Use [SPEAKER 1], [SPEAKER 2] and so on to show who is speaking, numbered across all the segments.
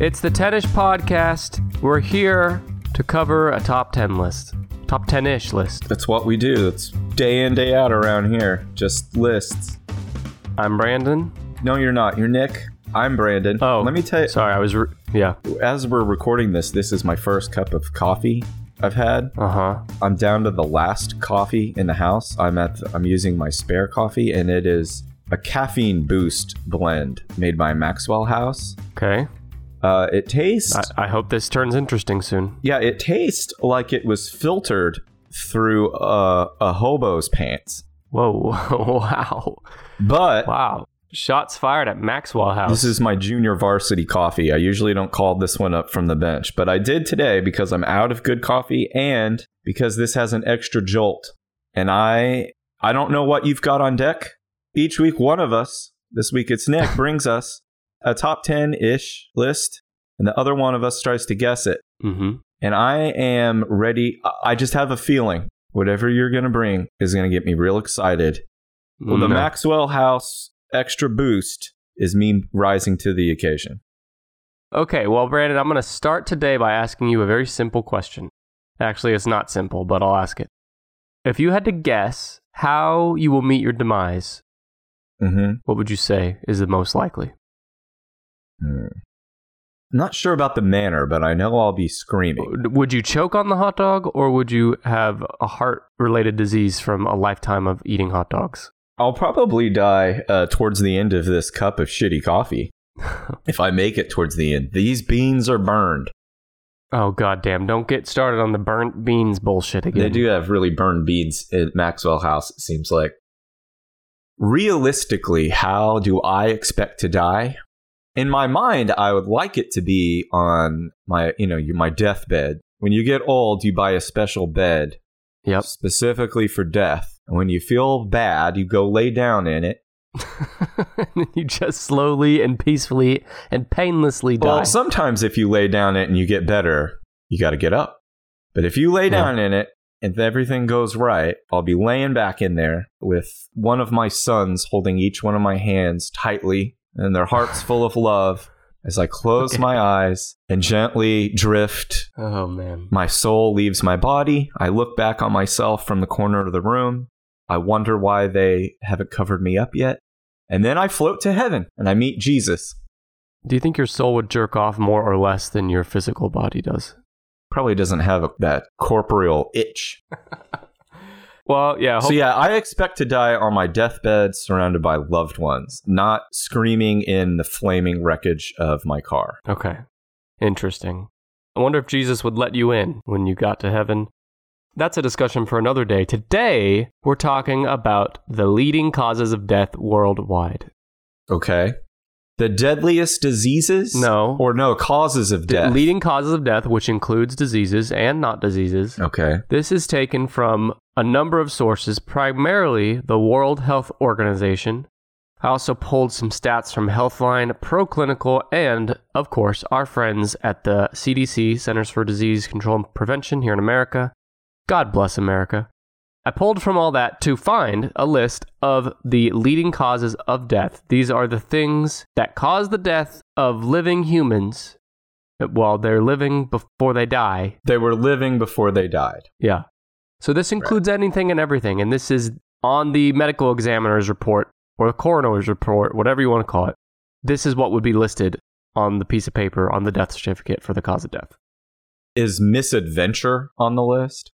[SPEAKER 1] It's the 10 ish podcast. We're here to cover a top 10 list, top 10 ish list.
[SPEAKER 2] That's what we do. It's day in, day out around here. Just lists.
[SPEAKER 1] I'm Brandon.
[SPEAKER 2] No, you're not. You're Nick. I'm Brandon.
[SPEAKER 1] Oh,
[SPEAKER 2] let me tell you.
[SPEAKER 1] Sorry, I was. Re- yeah.
[SPEAKER 2] As we're recording this, this is my first cup of coffee I've had.
[SPEAKER 1] Uh huh.
[SPEAKER 2] I'm down to the last coffee in the house. I'm at. The, I'm using my spare coffee, and it is a caffeine boost blend made by Maxwell House.
[SPEAKER 1] Okay.
[SPEAKER 2] Uh, it tastes.
[SPEAKER 1] I, I hope this turns interesting soon.
[SPEAKER 2] yeah, it tastes like it was filtered through a, a hobo's pants.
[SPEAKER 1] Whoa. wow.
[SPEAKER 2] But
[SPEAKER 1] Wow. Shots fired at Maxwell House.
[SPEAKER 2] This is my junior varsity coffee. I usually don't call this one up from the bench, but I did today because I'm out of good coffee and because this has an extra jolt. And I I don't know what you've got on deck. Each week one of us, this week it's Nick, brings us a top 10-ish list and the other one of us tries to guess it.
[SPEAKER 1] mm-hmm.
[SPEAKER 2] And I am ready. I- I just have a feeling whatever you're going to bring is going to get me real excited. Well,
[SPEAKER 1] mm-hmm.
[SPEAKER 2] the Maxwell House extra boost is me rising to the occasion.
[SPEAKER 1] Okay, well, Brandon, I'm going to start today by asking you a very simple question. Actually, it's not simple, but I'll ask it. If you had to guess how you will meet your demise,
[SPEAKER 2] Mm-hmm.
[SPEAKER 1] what would you say is the most likely?
[SPEAKER 2] Hmm. Not sure about the manner, but I know I'll be screaming.
[SPEAKER 1] Would you choke on the hot dog, or would you have a heart related disease from a lifetime of eating hot dogs?
[SPEAKER 2] I'll probably die uh, towards the end of this cup of shitty coffee. if I make it towards the end, these beans are burned.
[SPEAKER 1] Oh, goddamn. Don't get started on the burnt beans bullshit again.
[SPEAKER 2] They do have really burned beans at Maxwell House, it seems like. Realistically, how do I expect to die? In my mind, I would like it to be on my, you know, your- my deathbed. When you get old, you buy a special bed
[SPEAKER 1] Yep.
[SPEAKER 2] specifically for death. And when you feel bad, you go lay down in it.
[SPEAKER 1] and you just slowly and peacefully and painlessly die.
[SPEAKER 2] Well, sometimes if you lay down it and you get better, you got to get up. But if you lay
[SPEAKER 1] Yeah.
[SPEAKER 2] down in it and if everything goes right, I'll be laying back in there with one of my sons holding each one of my hands tightly and their hearts full of love as I close
[SPEAKER 1] Okay.
[SPEAKER 2] my eyes and gently drift
[SPEAKER 1] oh, man.
[SPEAKER 2] My soul leaves my body. I look back on myself from the corner of the room. I wonder why they haven't covered me up yet. And then I float to heaven and I meet Jesus.
[SPEAKER 1] Do you think your soul would jerk off more or less than your physical body does?
[SPEAKER 2] Probably doesn't have that corporeal itch.
[SPEAKER 1] Well, yeah.
[SPEAKER 2] So,
[SPEAKER 1] hope-
[SPEAKER 2] yeah, I expect to die on my deathbed surrounded by loved ones, not screaming in the flaming wreckage of my car.
[SPEAKER 1] Okay. Interesting. I wonder if Jesus would let you in when you got to heaven. That's a discussion for another day. Today, we're talking about the leading causes of death worldwide.
[SPEAKER 2] Okay. The deadliest diseases?
[SPEAKER 1] No.
[SPEAKER 2] Or no, causes of
[SPEAKER 1] The
[SPEAKER 2] death.
[SPEAKER 1] leading causes of death, which includes diseases and not diseases.
[SPEAKER 2] okay.
[SPEAKER 1] This is taken from a number of sources, primarily the World Health Organization. I also pulled some stats from Healthline, ProClinical, and, of course, our friends at the CDC, Centers for Disease Control and Prevention here in America. God bless America. I pulled from all that to find a list of the leading causes of death. These are the things that cause the death of living humans while they're living before they die
[SPEAKER 2] They were living before they died.
[SPEAKER 1] yeah. So this includes anything and everything, and this is on the medical examiner's report or the coroner's report, whatever you want to call it. This is what would be listed on the piece of paper on the death certificate for the cause of death.
[SPEAKER 2] Is misadventure on the list?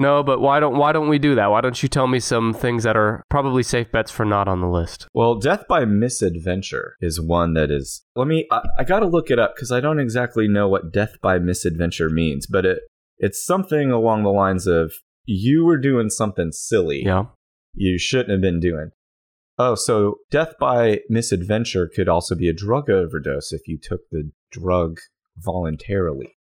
[SPEAKER 1] No, but why don't why don't we do that? Why don't you tell me some things that are probably safe bets for not on the list?
[SPEAKER 2] Well, death by misadventure is one that is. Let me. I, I got to look it up because I don't exactly know what death by misadventure means, but it it's something along the lines of you were doing something silly
[SPEAKER 1] Yeah.
[SPEAKER 2] you shouldn't have been doing. Oh, so death by misadventure could also be a drug overdose if you took the drug voluntarily.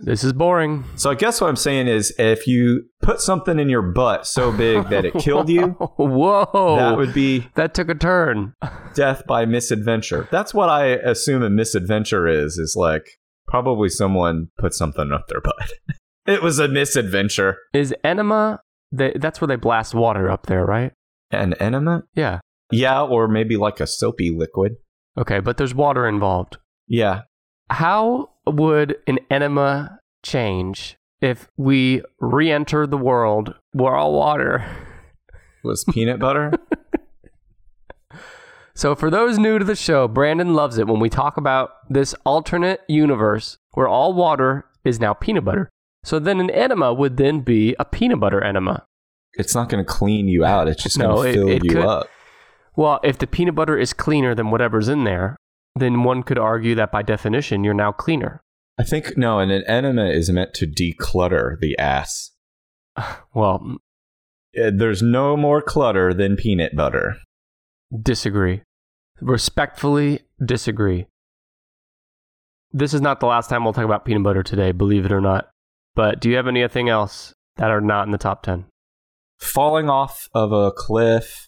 [SPEAKER 1] This is boring.
[SPEAKER 2] So I guess what I'm saying is if you put something in your butt so big that it killed you,
[SPEAKER 1] Whoa.
[SPEAKER 2] that would be
[SPEAKER 1] that took a turn.
[SPEAKER 2] death by misadventure. That's what I assume a misadventure is. Is like probably someone put something up their butt. It was a misadventure.
[SPEAKER 1] Is enema they, that's where they blast water up there, right?
[SPEAKER 2] An enema?
[SPEAKER 1] Yeah.
[SPEAKER 2] Yeah, or maybe like a soapy liquid.
[SPEAKER 1] Okay, but there's water involved.
[SPEAKER 2] Yeah.
[SPEAKER 1] How would an enema change if we re enter the world? We're all water.
[SPEAKER 2] Was peanut butter?
[SPEAKER 1] So, for those new to the show, Brandon loves it when we talk about this alternate universe where all water is now peanut butter. So, then an enema would then be a peanut butter enema.
[SPEAKER 2] it's not going to clean you out. It's just
[SPEAKER 1] No,
[SPEAKER 2] going
[SPEAKER 1] it-
[SPEAKER 2] to fill
[SPEAKER 1] it
[SPEAKER 2] you
[SPEAKER 1] could-
[SPEAKER 2] up.
[SPEAKER 1] Well, if the peanut butter is cleaner than whatever's in there, then one could argue that by definition, you're now cleaner.
[SPEAKER 2] I think no, and an enema is meant to declutter the ass.
[SPEAKER 1] Well,
[SPEAKER 2] Uh, There's no more clutter than peanut butter.
[SPEAKER 1] disagree. Respectfully disagree. This is not the last time we'll talk about peanut butter today, believe it or not. But do you have anything else that are not in the top 10?
[SPEAKER 2] Falling off of a cliff,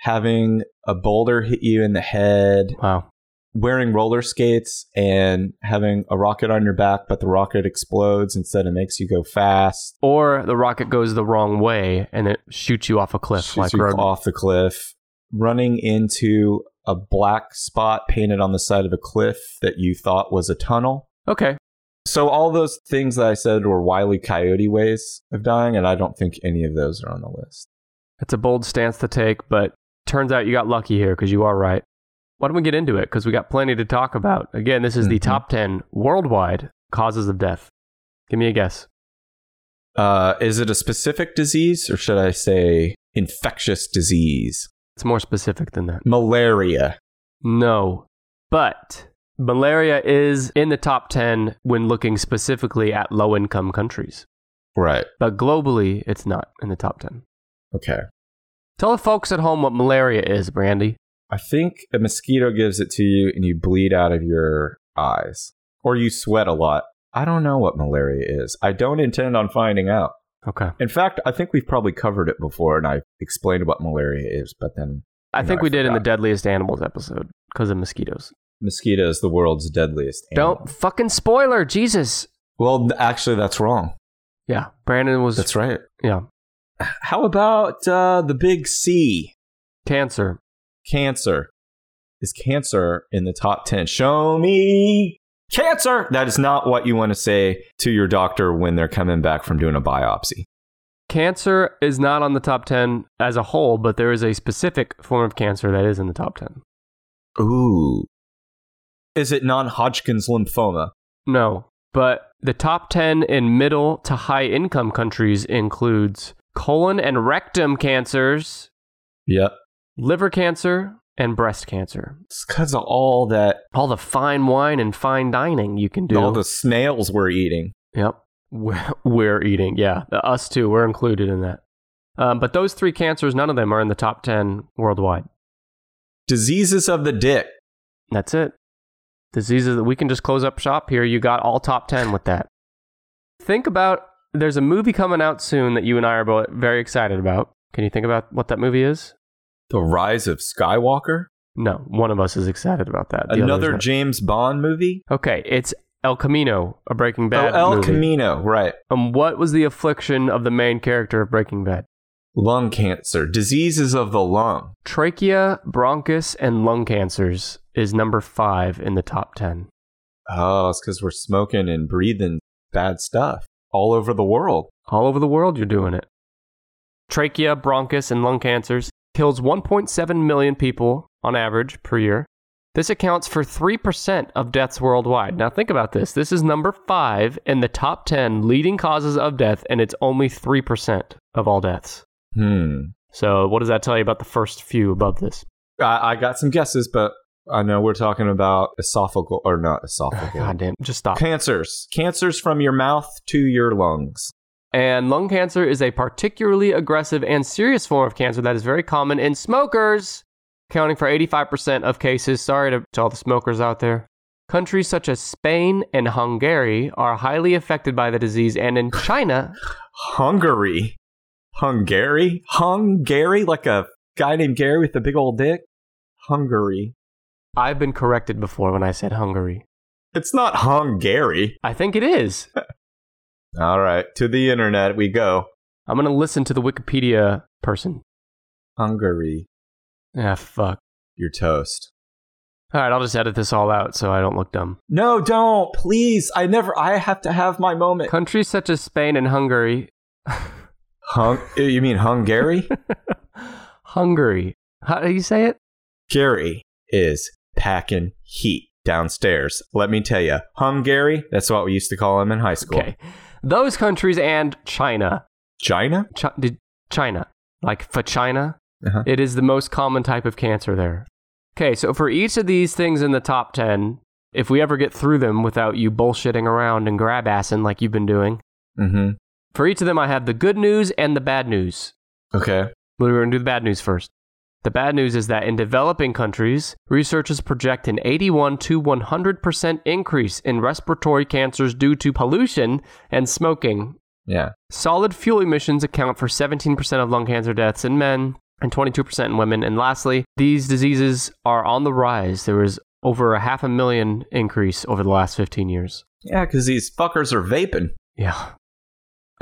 [SPEAKER 2] having a boulder hit you in the head,
[SPEAKER 1] Wow.
[SPEAKER 2] wearing roller skates and having a rocket on your back, but the rocket explodes instead and makes you go fast.
[SPEAKER 1] Or the rocket goes the wrong way and it shoots you off a cliff
[SPEAKER 2] shoots
[SPEAKER 1] like
[SPEAKER 2] you
[SPEAKER 1] road.
[SPEAKER 2] off the cliff, running into a black spot painted on the side of a cliff that you thought was a tunnel.
[SPEAKER 1] Okay.
[SPEAKER 2] So all those things that I said were wily coyote ways of dying, and I don't think any of those are on the list.
[SPEAKER 1] It's a bold stance to take, but turns out you got lucky here because you are right. Why don't we get into it? Because we got plenty to talk about. Again, this is the
[SPEAKER 2] Mhm.
[SPEAKER 1] top 10 worldwide causes of death. Give me a guess.
[SPEAKER 2] Uh, is it a specific disease, or should I say infectious disease?
[SPEAKER 1] It's more specific than that.
[SPEAKER 2] Malaria.
[SPEAKER 1] No. But malaria is in the top 10 when looking specifically at low income countries.
[SPEAKER 2] Right.
[SPEAKER 1] But globally, it's not in the top 10.
[SPEAKER 2] Okay.
[SPEAKER 1] Tell the folks at home what malaria is, Brandy.
[SPEAKER 2] I think a mosquito gives it to you, and you bleed out of your eyes, or you sweat a lot. I don't know what malaria is. I don't intend on finding out.
[SPEAKER 1] Okay.
[SPEAKER 2] In fact, I think we've probably covered it before, and I explained what malaria is, but then
[SPEAKER 1] I
[SPEAKER 2] No,
[SPEAKER 1] think
[SPEAKER 2] I
[SPEAKER 1] we did in the
[SPEAKER 2] forgot.
[SPEAKER 1] deadliest animals episode because of mosquitoes.
[SPEAKER 2] mosquito is the world's deadliest. Animal.
[SPEAKER 1] Don't fucking spoiler, Jesus.
[SPEAKER 2] Well, th- actually, that's wrong.
[SPEAKER 1] Yeah. Brandon was
[SPEAKER 2] That's right.
[SPEAKER 1] yeah.
[SPEAKER 2] How about uh, the big C?
[SPEAKER 1] Cancer.
[SPEAKER 2] Cancer. Is cancer in the top 10? Show me cancer. That is not what you want to say to your doctor when they're coming back from doing a biopsy.
[SPEAKER 1] Cancer is not on the top 10 as a whole, but there is a specific form of cancer that is in the top 10.
[SPEAKER 2] Ooh. Is it non Hodgkin's lymphoma?
[SPEAKER 1] No, but the top 10 in middle to high income countries includes colon and rectum cancers,
[SPEAKER 2] Yep.
[SPEAKER 1] liver cancer, and breast cancer.
[SPEAKER 2] It's because of all that,
[SPEAKER 1] All the fine wine and fine dining you can do.
[SPEAKER 2] all the snails we're eating.
[SPEAKER 1] Yep. We're, we're eating. Yeah. Us too. We're included in that. Um, but those three cancers, none of them are in the top 10 worldwide.
[SPEAKER 2] Diseases of the dick.
[SPEAKER 1] That's it. Diseases that we can just close up shop here. You got all top 10 with that. Think about there's a movie coming out soon that you and I are both very excited about. Can you think about what that movie is?
[SPEAKER 2] The rise of Skywalker.
[SPEAKER 1] No, one of us is excited about that. The other's
[SPEAKER 2] Another
[SPEAKER 1] not.
[SPEAKER 2] James Bond movie.
[SPEAKER 1] okay, it's El Camino, a Breaking Bad
[SPEAKER 2] oh, El
[SPEAKER 1] movie.
[SPEAKER 2] Camino. Right.
[SPEAKER 1] Um, what was the affliction of the main character of Breaking Bad?
[SPEAKER 2] Lung cancer. Diseases of the lung.
[SPEAKER 1] Trachea, bronchus, and lung cancers is number five in the top 10.
[SPEAKER 2] Oh, it's because we're smoking and breathing bad stuff all over the world.
[SPEAKER 1] All over the world, you're doing it. Trachea, bronchus, and lung cancers kills 1.7 million people on average per year. This accounts for 3% of deaths worldwide. Now, think about this. This is number five in the top 10 leading causes of death, and it's only 3% of all deaths.
[SPEAKER 2] Hmm.
[SPEAKER 1] So, what does that tell you about the first few above this?
[SPEAKER 2] I, I got some guesses, but I know we're talking about esophageal or not
[SPEAKER 1] God
[SPEAKER 2] esophageal.
[SPEAKER 1] damn, just stop.
[SPEAKER 2] Cancers. Cancers from your mouth to your lungs.
[SPEAKER 1] And lung cancer is a particularly aggressive and serious form of cancer that is very common in smokers, accounting for 85% of cases. Sorry to, to all the smokers out there. Countries such as Spain and Hungary are highly affected by the disease, and in China,
[SPEAKER 2] Hungary. Hungary? Hungary? Like a guy named Gary with a big old dick? Hungary.
[SPEAKER 1] I've been corrected before when I said Hungary.
[SPEAKER 2] It's not Hungary.
[SPEAKER 1] I think it is.
[SPEAKER 2] All right. To the internet we go.
[SPEAKER 1] I'm going to listen to the Wikipedia person.
[SPEAKER 2] Hungary.
[SPEAKER 1] Ah, fuck.
[SPEAKER 2] You're toast.
[SPEAKER 1] All right, I'll just edit this all out so I don't look dumb.
[SPEAKER 2] No, don't. Please. I never I have to have my moment.
[SPEAKER 1] Countries such as Spain and Hungary.
[SPEAKER 2] Hung uh, you mean Hungary?
[SPEAKER 1] Hungary. How do you say it?
[SPEAKER 2] Gary is packing heat downstairs. Let me tell you, Hungary, that's what we used to call him in high school.
[SPEAKER 1] Okay. Those countries and China.
[SPEAKER 2] China?
[SPEAKER 1] Chi- did- China. Like for China,
[SPEAKER 2] Uh-huh.
[SPEAKER 1] it is the most common type of cancer there. Okay, so for each of these things in the top 10, if we ever get through them without you bullshitting around and grab assing like you've been doing,
[SPEAKER 2] Mm-hmm.
[SPEAKER 1] for each of them, I have the good news and the bad news.
[SPEAKER 2] Okay.
[SPEAKER 1] We're going to do the bad news first. The bad news is that in developing countries, researchers project an 81 to 100% increase in respiratory cancers due to pollution and smoking.
[SPEAKER 2] Yeah.
[SPEAKER 1] Solid fuel emissions account for 17% of lung cancer deaths in men and 22% in women. And lastly, these diseases are on the rise. There was over a half a million increase over the last 15 years.
[SPEAKER 2] Yeah, because these fuckers are vaping.
[SPEAKER 1] Yeah.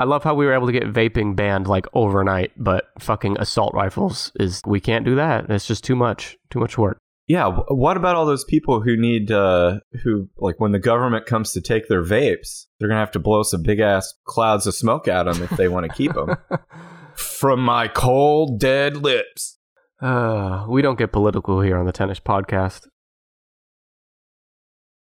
[SPEAKER 1] I love how we were able to get vaping banned like overnight, but fucking assault rifles is we can't do that. It's just too much, too much work.
[SPEAKER 2] Yeah. wh- What about all those people who need, uh, who, like, when the government comes to take their vapes, they're going to have to blow some big ass clouds of smoke at them if they want to keep them. From my cold, dead lips.
[SPEAKER 1] Uh, we don't get political here on the tennis podcast.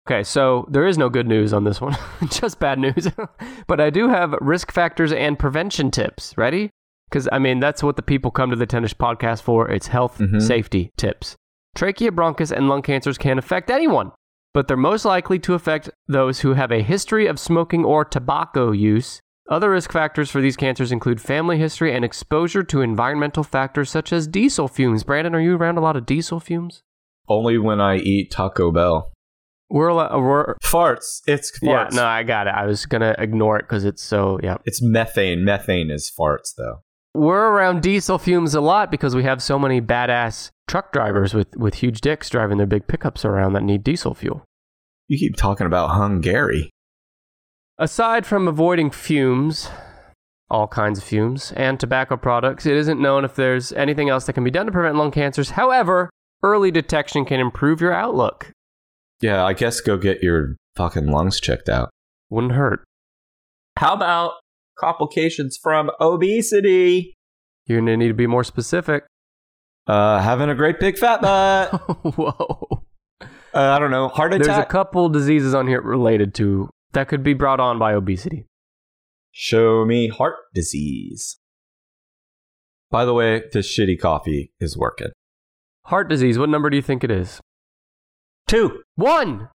[SPEAKER 1] Okay, so there is no good news on this one, just bad news. but I do have risk factors and prevention tips. Ready? Because, I mean, that's what the people come to the tennis podcast for. It's health
[SPEAKER 2] Mhm.
[SPEAKER 1] safety tips. Trachea, bronchus, and lung cancers can affect anyone, but they're most likely to affect those who have a history of smoking or tobacco use. Other risk factors for these cancers include family history and exposure to environmental factors such as diesel fumes. Brandon, are you around a lot of diesel fumes?
[SPEAKER 2] Only when I eat Taco Bell.
[SPEAKER 1] We're, al- we're
[SPEAKER 2] Farts. It's
[SPEAKER 1] yeah,
[SPEAKER 2] farts.
[SPEAKER 1] no, I got it. I was gonna ignore it because it's so yeah.
[SPEAKER 2] It's methane. Methane is farts, though.
[SPEAKER 1] We're around diesel fumes a lot because we have so many badass truck drivers with with huge dicks driving their big pickups around that need diesel fuel.
[SPEAKER 2] You keep talking about Hungary.
[SPEAKER 1] Aside from avoiding fumes, all kinds of fumes, and tobacco products, it isn't known if there's anything else that can be done to prevent lung cancers. However, early detection can improve your outlook.
[SPEAKER 2] Yeah, I guess go get your fucking lungs checked out.
[SPEAKER 1] Wouldn't hurt.
[SPEAKER 2] How about complications from obesity?
[SPEAKER 1] You're gonna need to be more specific.
[SPEAKER 2] Uh, having a great big fat butt. uh,
[SPEAKER 1] Whoa.
[SPEAKER 2] I don't know, heart
[SPEAKER 1] There's a
[SPEAKER 2] attack.
[SPEAKER 1] couple diseases on here related to that could be brought on by obesity.
[SPEAKER 2] Show me heart disease. By the way, this shitty coffee is working.
[SPEAKER 1] Heart disease, what number do you think it is?
[SPEAKER 2] Two.
[SPEAKER 1] One!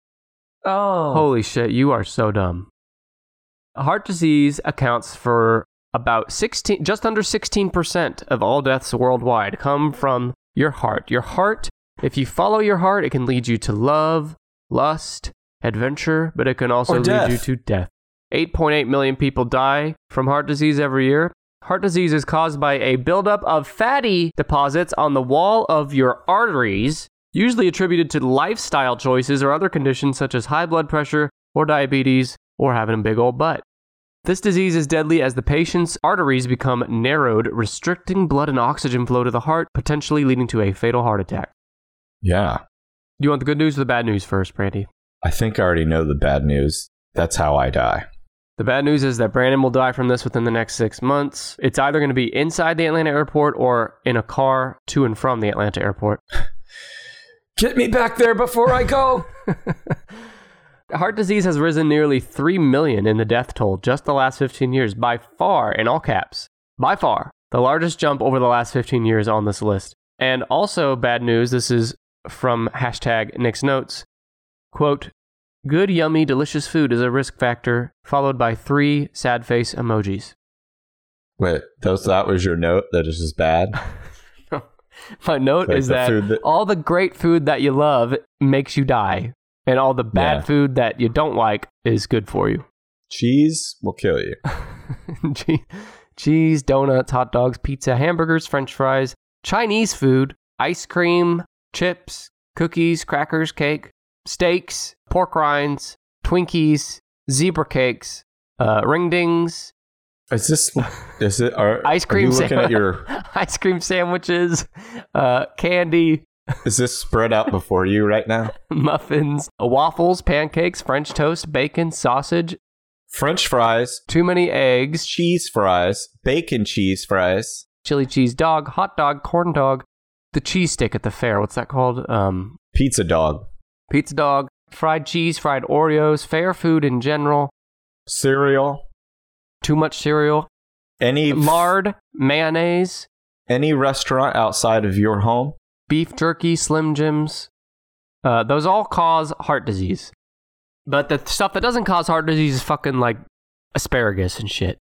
[SPEAKER 2] Oh.
[SPEAKER 1] Holy shit, you are so dumb. Heart disease accounts for about 16, just under 16% of all deaths worldwide come from your heart. Your heart, if you follow your heart, it can lead you to love, lust, adventure, but it can also
[SPEAKER 2] Or
[SPEAKER 1] lead
[SPEAKER 2] death.
[SPEAKER 1] you to death. 8.8 million people die from heart disease every year. Heart disease is caused by a buildup of fatty deposits on the wall of your arteries, usually attributed to lifestyle choices or other conditions such as high blood pressure or diabetes or having a big old butt. This disease is deadly as the patient's arteries become narrowed, restricting blood and oxygen flow to the heart, potentially leading to a fatal heart attack.
[SPEAKER 2] Yeah.
[SPEAKER 1] Do you want the good news or the bad news first, Brandy?
[SPEAKER 2] I think I already know the bad news. That's how I die.
[SPEAKER 1] The bad news is that Brandon will die from this within the next six months. It's either going to be inside the Atlanta airport or in a car to and from the Atlanta airport.
[SPEAKER 2] Get me back there before I go.
[SPEAKER 1] Heart disease has risen nearly 3 million in the death toll just the last 15 years, by far, in all caps, by far, the largest jump over the last 15 years on this list. And also, bad news this is from hashtag Nick's Notes. Quote, good, yummy, delicious food is a risk factor, followed by three sad face emojis.
[SPEAKER 2] Wait, those, that was your note that is just bad?
[SPEAKER 1] My note
[SPEAKER 2] Like
[SPEAKER 1] is
[SPEAKER 2] the
[SPEAKER 1] that,
[SPEAKER 2] food that-
[SPEAKER 1] all the great food that you love makes you die, and all the bad
[SPEAKER 2] Yeah.
[SPEAKER 1] food that you don't like is good for you.
[SPEAKER 2] Cheese will kill you.
[SPEAKER 1] Che- Cheese, donuts, hot dogs, pizza, hamburgers, french fries, Chinese food, ice cream, chips, cookies, crackers, cake, steaks, pork rinds, Twinkies, zebra cakes, uh, ring dings,
[SPEAKER 2] Is this is it are,
[SPEAKER 1] Ice cream
[SPEAKER 2] Are you looking
[SPEAKER 1] sandwich.
[SPEAKER 2] at your
[SPEAKER 1] ice cream sandwiches, uh, candy,
[SPEAKER 2] Is this spread out before you right now?
[SPEAKER 1] muffins, waffles, pancakes, French toast, bacon, sausage,
[SPEAKER 2] French fries,
[SPEAKER 1] too many eggs,
[SPEAKER 2] cheese fries, bacon cheese fries.
[SPEAKER 1] chili cheese dog, hot dog, corn dog, the cheese stick at the fair. What's that called? Um,
[SPEAKER 2] Pizza dog.
[SPEAKER 1] pizza dog, fried cheese, fried Oreos, fair food in general,
[SPEAKER 2] Cereal.
[SPEAKER 1] too much cereal,
[SPEAKER 2] Any
[SPEAKER 1] lard, mayonnaise,
[SPEAKER 2] any restaurant outside of your home.
[SPEAKER 1] beef jerky, Slim Jims. Uh, those all cause heart disease. But the stuff that doesn't cause heart disease is fucking like asparagus and shit.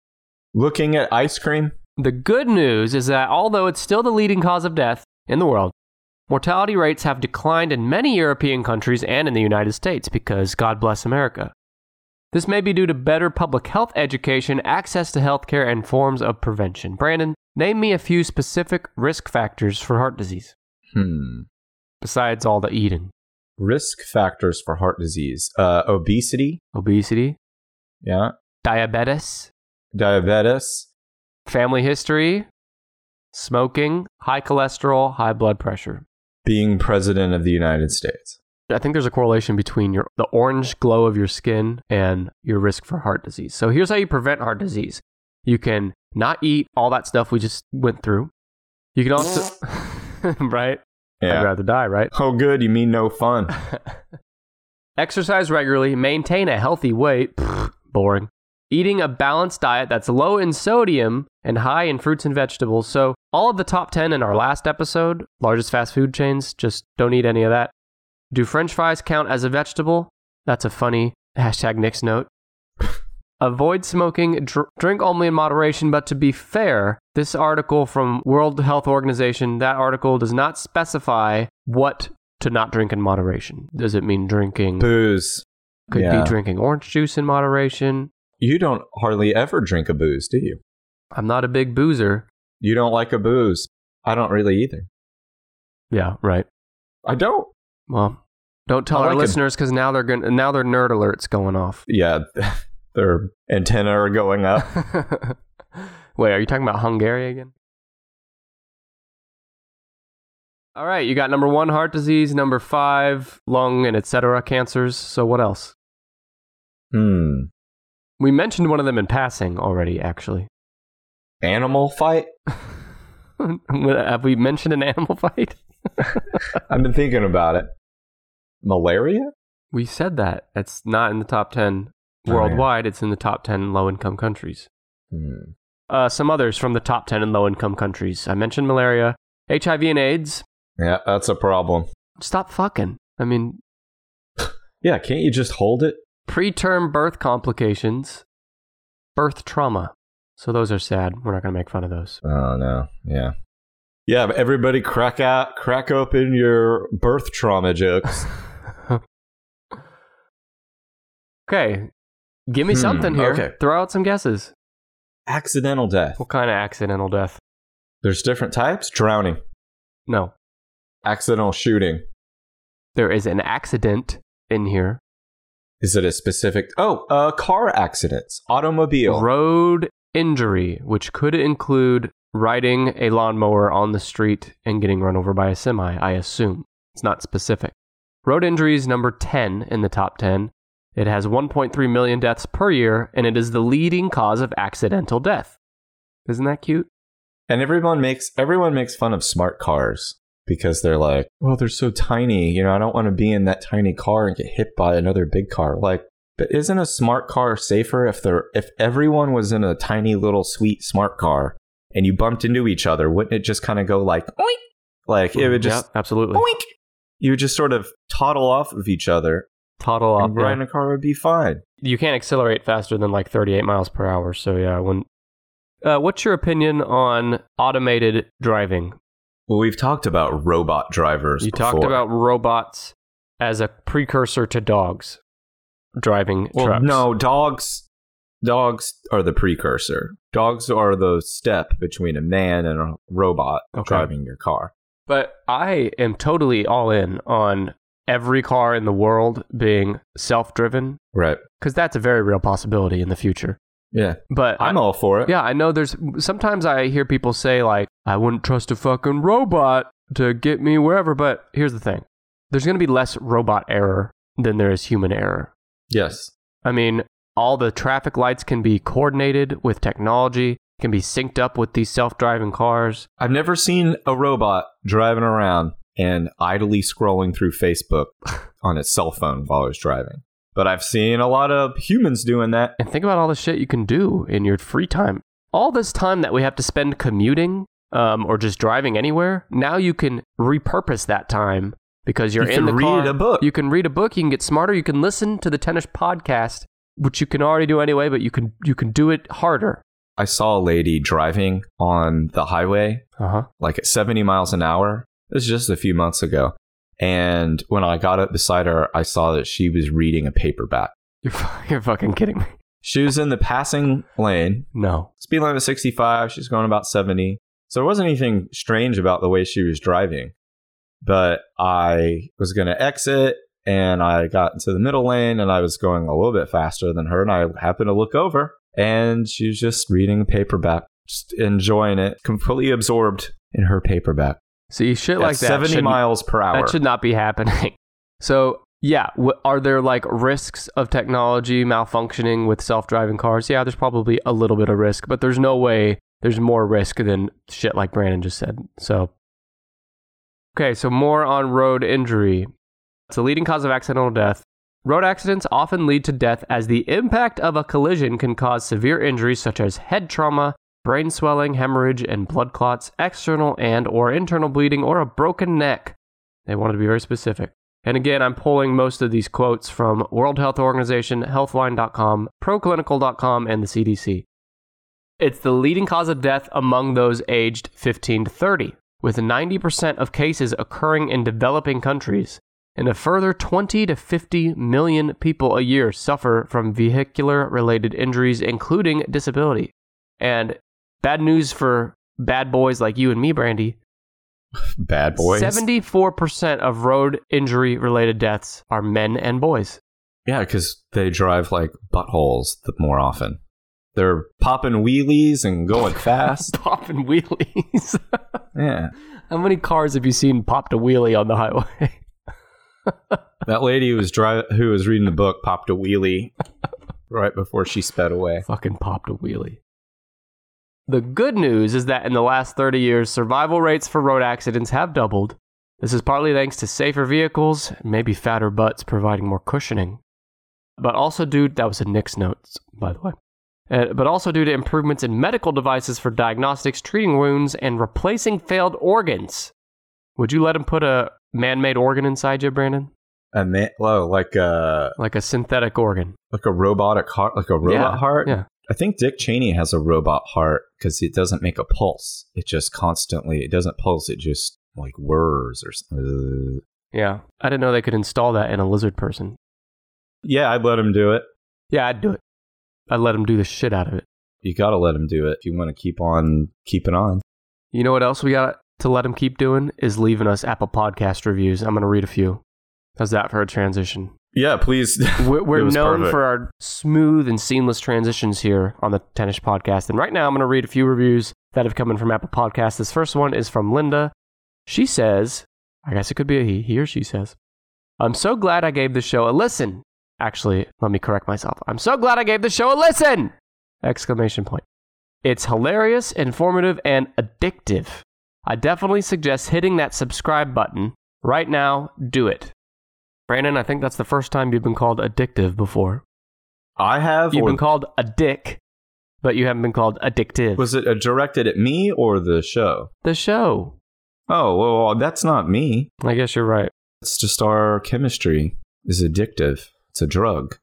[SPEAKER 2] Looking at ice cream.
[SPEAKER 1] The good news is that although it's still the leading cause of death in the world, mortality rates have declined in many European countries and in the United States because God bless America. This may be due to better public health education, access to healthcare, and forms of prevention. Brandon, name me a few specific risk factors for heart disease
[SPEAKER 2] Hmm.
[SPEAKER 1] besides all the eating.
[SPEAKER 2] Risk factors for heart disease. Uh, obesity.
[SPEAKER 1] Obesity,
[SPEAKER 2] Yeah.
[SPEAKER 1] diabetes,
[SPEAKER 2] Diabetes.
[SPEAKER 1] family history, smoking, high cholesterol, high blood pressure.
[SPEAKER 2] Being president of the United States.
[SPEAKER 1] I think there's a correlation between your the orange glow of your skin and your risk for heart disease. So here's how you prevent heart disease. You can not eat all that stuff we just went through. You can also right? I'd
[SPEAKER 2] Yeah.
[SPEAKER 1] rather die, right?
[SPEAKER 2] Oh, good. You mean no fun?
[SPEAKER 1] Exercise regularly, maintain a healthy weight, Pfft, boring. Eating a balanced diet that's low in sodium and high in fruits and vegetables. So, all of the top 10 in our last episode, largest fast food chains, just don't eat any of that. Do french fries count as a vegetable? That's a funny hashtag Nick's note. Avoid smoking, dr- drink only in moderation, but to be fair, this article from World Health Organization, that article does not specify what to not drink in moderation. Does it mean drinking?
[SPEAKER 2] Booze.
[SPEAKER 1] Could
[SPEAKER 2] Yeah.
[SPEAKER 1] be drinking orange juice in moderation.
[SPEAKER 2] You don't hardly ever drink a booze, do you?
[SPEAKER 1] I'm not a big boozer.
[SPEAKER 2] You don't like a booze. I don't really either.
[SPEAKER 1] Yeah, right.
[SPEAKER 2] I don't.
[SPEAKER 1] Well, don't tell our
[SPEAKER 2] I like it.
[SPEAKER 1] listeners because now they're going now their nerd alerts going off.
[SPEAKER 2] Yeah. Their antenna are going up.
[SPEAKER 1] Wait, are you talking about Hungary again? All right, you got number one heart disease, number five lung and etc. cancers. So what else?
[SPEAKER 2] Hmm.
[SPEAKER 1] We mentioned one of them in passing already. Actually,
[SPEAKER 2] Animal fight?
[SPEAKER 1] have we mentioned an animal fight?
[SPEAKER 2] I've been thinking about it. Malaria?
[SPEAKER 1] We said that it's not in the top ten
[SPEAKER 2] Oh, yeah.
[SPEAKER 1] worldwide. It's in the top ten low-income countries.
[SPEAKER 2] Hmm.
[SPEAKER 1] Uh, some others from the top ten in low-income countries. I mentioned malaria, HIV, and AIDS.
[SPEAKER 2] Yeah, that's a problem.
[SPEAKER 1] Stop fucking. I mean,
[SPEAKER 2] Yeah, can't you just hold it?
[SPEAKER 1] preterm birth complications, birth trauma. So those are sad. We're not going to make fun of those.
[SPEAKER 2] Oh no. Yeah. Yeah, but everybody crack out crack open your birth trauma jokes.
[SPEAKER 1] Okay. Give me
[SPEAKER 2] Hmm,
[SPEAKER 1] something here.
[SPEAKER 2] okay.
[SPEAKER 1] Throw out some guesses.
[SPEAKER 2] Accidental death.
[SPEAKER 1] What kind of accidental death?
[SPEAKER 2] There's different types. Drowning.
[SPEAKER 1] No.
[SPEAKER 2] Accidental shooting.
[SPEAKER 1] There is an accident in here.
[SPEAKER 2] Is it a specific Oh, uh car accidents. Automobile.
[SPEAKER 1] Road injury, which could include riding a lawnmower on the street and getting run over by a semi, I assume. It's not specific. Road injury is number 10 in the top 10. It has 1.3 million deaths per year, and it is the leading cause of accidental death. Isn't that cute?
[SPEAKER 2] and everyone makes everyone makes fun of smart cars because they're like, "Well, they're so tiny. You know, I don't want to be in that tiny car and get hit by another big car." Like, but isn't a smart car safer if they're if everyone was in a tiny little sweet smart car and you bumped into each other? Wouldn't it just kind of go like, oink? like it would just
[SPEAKER 1] Yep, absolutely.
[SPEAKER 2] oink? You would just sort of toddle off of each other,
[SPEAKER 1] Toddle off.
[SPEAKER 2] and
[SPEAKER 1] yeah.
[SPEAKER 2] riding a car would be fine.
[SPEAKER 1] You can't accelerate faster than like 38 miles per hour, so yeah, when. Uh, what's your opinion on automated driving?
[SPEAKER 2] Well, we've talked about robot drivers.
[SPEAKER 1] You talked
[SPEAKER 2] before.
[SPEAKER 1] about robots as a precursor to dogs driving
[SPEAKER 2] Well,
[SPEAKER 1] trucks.
[SPEAKER 2] no, dogs. Dogs are the precursor. Dogs are the step between a man and a robot
[SPEAKER 1] Okay.
[SPEAKER 2] driving your car.
[SPEAKER 1] But I am totally all in on every car in the world being self driven
[SPEAKER 2] Right.
[SPEAKER 1] because that's a very real possibility in the future.
[SPEAKER 2] Yeah.
[SPEAKER 1] But
[SPEAKER 2] I'm all for it.
[SPEAKER 1] yeah, I know there's sometimes I hear people say, like, I wouldn't trust a fucking robot. to get me wherever. But here's the thing there's going to be less robot error than there is human error.
[SPEAKER 2] Yes.
[SPEAKER 1] I mean, all the traffic lights can be coordinated with technology, can be synced up with these self driving cars.
[SPEAKER 2] I've never seen a robot driving around and idly scrolling through Facebook on its cell phone while it's driving. But I've seen a lot of humans doing that.
[SPEAKER 1] And think about all the shit you can do in your free time. All this time that we have to spend commuting um, or just driving anywhere, now you can repurpose that time because you're
[SPEAKER 2] You
[SPEAKER 1] in
[SPEAKER 2] can
[SPEAKER 1] the
[SPEAKER 2] read
[SPEAKER 1] car.
[SPEAKER 2] a book.
[SPEAKER 1] You can read a book. You can get smarter. You can listen to the tennis podcast, which you can already do anyway, but you can you can do it harder.
[SPEAKER 2] I saw a lady driving on the highway
[SPEAKER 1] Uh huh.
[SPEAKER 2] like at 70 miles an hour. This is just a few months ago. And when I got up beside her, I saw that she was reading a paperback.
[SPEAKER 1] You're fu- you're fucking kidding me.
[SPEAKER 2] She was in the passing lane,
[SPEAKER 1] No.
[SPEAKER 2] speed limit was 65. She's going about 70. So there wasn't anything strange about the way she was driving. But I was going to exit and I got into the middle lane and I was going a little bit faster than her. And I happened to look over and she was just reading a paperback, just enjoying it, completely absorbed in her paperback.
[SPEAKER 1] See, shit
[SPEAKER 2] At
[SPEAKER 1] like that.
[SPEAKER 2] 70
[SPEAKER 1] shouldn't-
[SPEAKER 2] miles per hour.
[SPEAKER 1] That should not be happening. So, yeah, w- are there like risks of technology malfunctioning with self driving cars? Yeah, there's probably a little bit of risk, but there's no way there's more risk than shit like Brandon just said. So, okay, so more on road injury. It's a leading cause of accidental death. Road accidents often lead to death as the impact of a collision can cause severe injuries such as head trauma, brain swelling, hemorrhage and blood clots, external and or internal bleeding or a broken neck. They wanted to be very specific. And again, I'm pulling most of these quotes from World Health Organization, Healthline.com, ProClinical.com, and the CDC. It's the leading cause of death among those aged 15 to 30, with 90% of cases occurring in developing countries. And a further 20 to 50 million people a year suffer from vehicular related injuries, including disability. And bad news for bad boys like you and me, Brandy,
[SPEAKER 2] Bad boys.
[SPEAKER 1] 74% of road injury related deaths are men and boys.
[SPEAKER 2] Yeah, because they drive like buttholes th- more often. They're popping wheelies and going fast.
[SPEAKER 1] Popping wheelies.
[SPEAKER 2] Yeah.
[SPEAKER 1] How many cars have you seen popped a wheelie on the highway?
[SPEAKER 2] That lady who was dri who was reading the book popped a wheelie right before she sped away.
[SPEAKER 1] Fucking popped a wheelie. The good news is that in the last 30 years, survival rates for road accidents have doubled. This is partly thanks to safer vehicles, and maybe fatter butts providing more cushioning. But also due, that was a Nick's notes, by the way. Uh, but also due to improvements in medical devices for diagnostics, treating wounds, and replacing failed organs. Would you let him put a man made organ inside you, Brandon?
[SPEAKER 2] A man, oh, like a
[SPEAKER 1] Like a synthetic organ.
[SPEAKER 2] like a robotic heart, like a robot
[SPEAKER 1] Yeah,
[SPEAKER 2] heart.
[SPEAKER 1] yeah.
[SPEAKER 2] I think Dick Cheney has a robot heart because it doesn't make a pulse. It just constantly, it doesn't pulse. It just like whirs or uh. something.
[SPEAKER 1] Yeah. I didn't know they could install that in a lizard person.
[SPEAKER 2] Yeah, I'd let him do it.
[SPEAKER 1] Yeah, I'd do it. I'd let him do the shit out of it.
[SPEAKER 2] You gotta let him do it if you want to keep on keeping on.
[SPEAKER 1] You know what else we got to let him keep doing is leaving us Apple Podcast reviews. I'm going to read a few. How's that for a transition?
[SPEAKER 2] Yeah, please.
[SPEAKER 1] We're,
[SPEAKER 2] It
[SPEAKER 1] we're
[SPEAKER 2] was
[SPEAKER 1] known
[SPEAKER 2] perfect.
[SPEAKER 1] for our smooth and seamless transitions here on the Tennis Podcast. And right now, I'm going to read a few reviews that have come in from Apple Podcasts. This first one is from Linda. She says, I guess it could be a he, he or she says, I'm so glad I gave the show a listen. Actually, let me correct myself. I'm so glad I gave the show a listen! Exclamation point. It's hilarious, informative, and addictive. I definitely suggest hitting that subscribe button right now. Do it. Brandon, I think that's the first time you've been called addictive before.
[SPEAKER 2] I have.
[SPEAKER 1] You've
[SPEAKER 2] Or,
[SPEAKER 1] been called a dick, but you haven't been called addictive.
[SPEAKER 2] was it uh, directed at me or the show?
[SPEAKER 1] the show.
[SPEAKER 2] Oh, well, well, that's not me.
[SPEAKER 1] I guess you're right.
[SPEAKER 2] It's just our chemistry is addictive. It's a drug.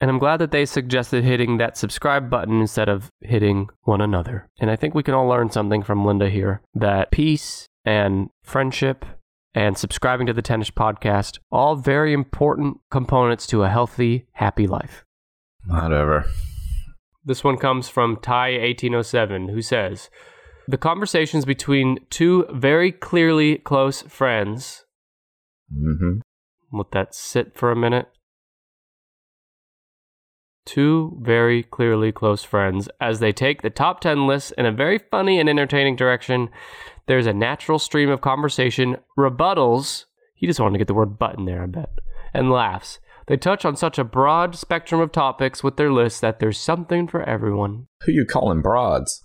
[SPEAKER 1] And I'm glad that they suggested hitting that subscribe button instead of hitting one another. And I think we can all learn something from Linda here that peace and friendship and subscribing to the Tennis Podcast, all very important components to a healthy, happy life.
[SPEAKER 2] Whatever.
[SPEAKER 1] This one comes from Ty1807, who says The conversations between two very clearly close friends.
[SPEAKER 2] Mm-hmm.
[SPEAKER 1] Let that sit for a minute. two very clearly close friends as they take the top 10 lists in a very funny and entertaining direction. There's a natural stream of conversation, rebuttals, he just wanted to get the word butt in there, I bet, and laughs. They touch on such a broad spectrum of topics with their lists that there's something for everyone.
[SPEAKER 2] Who you calling broads?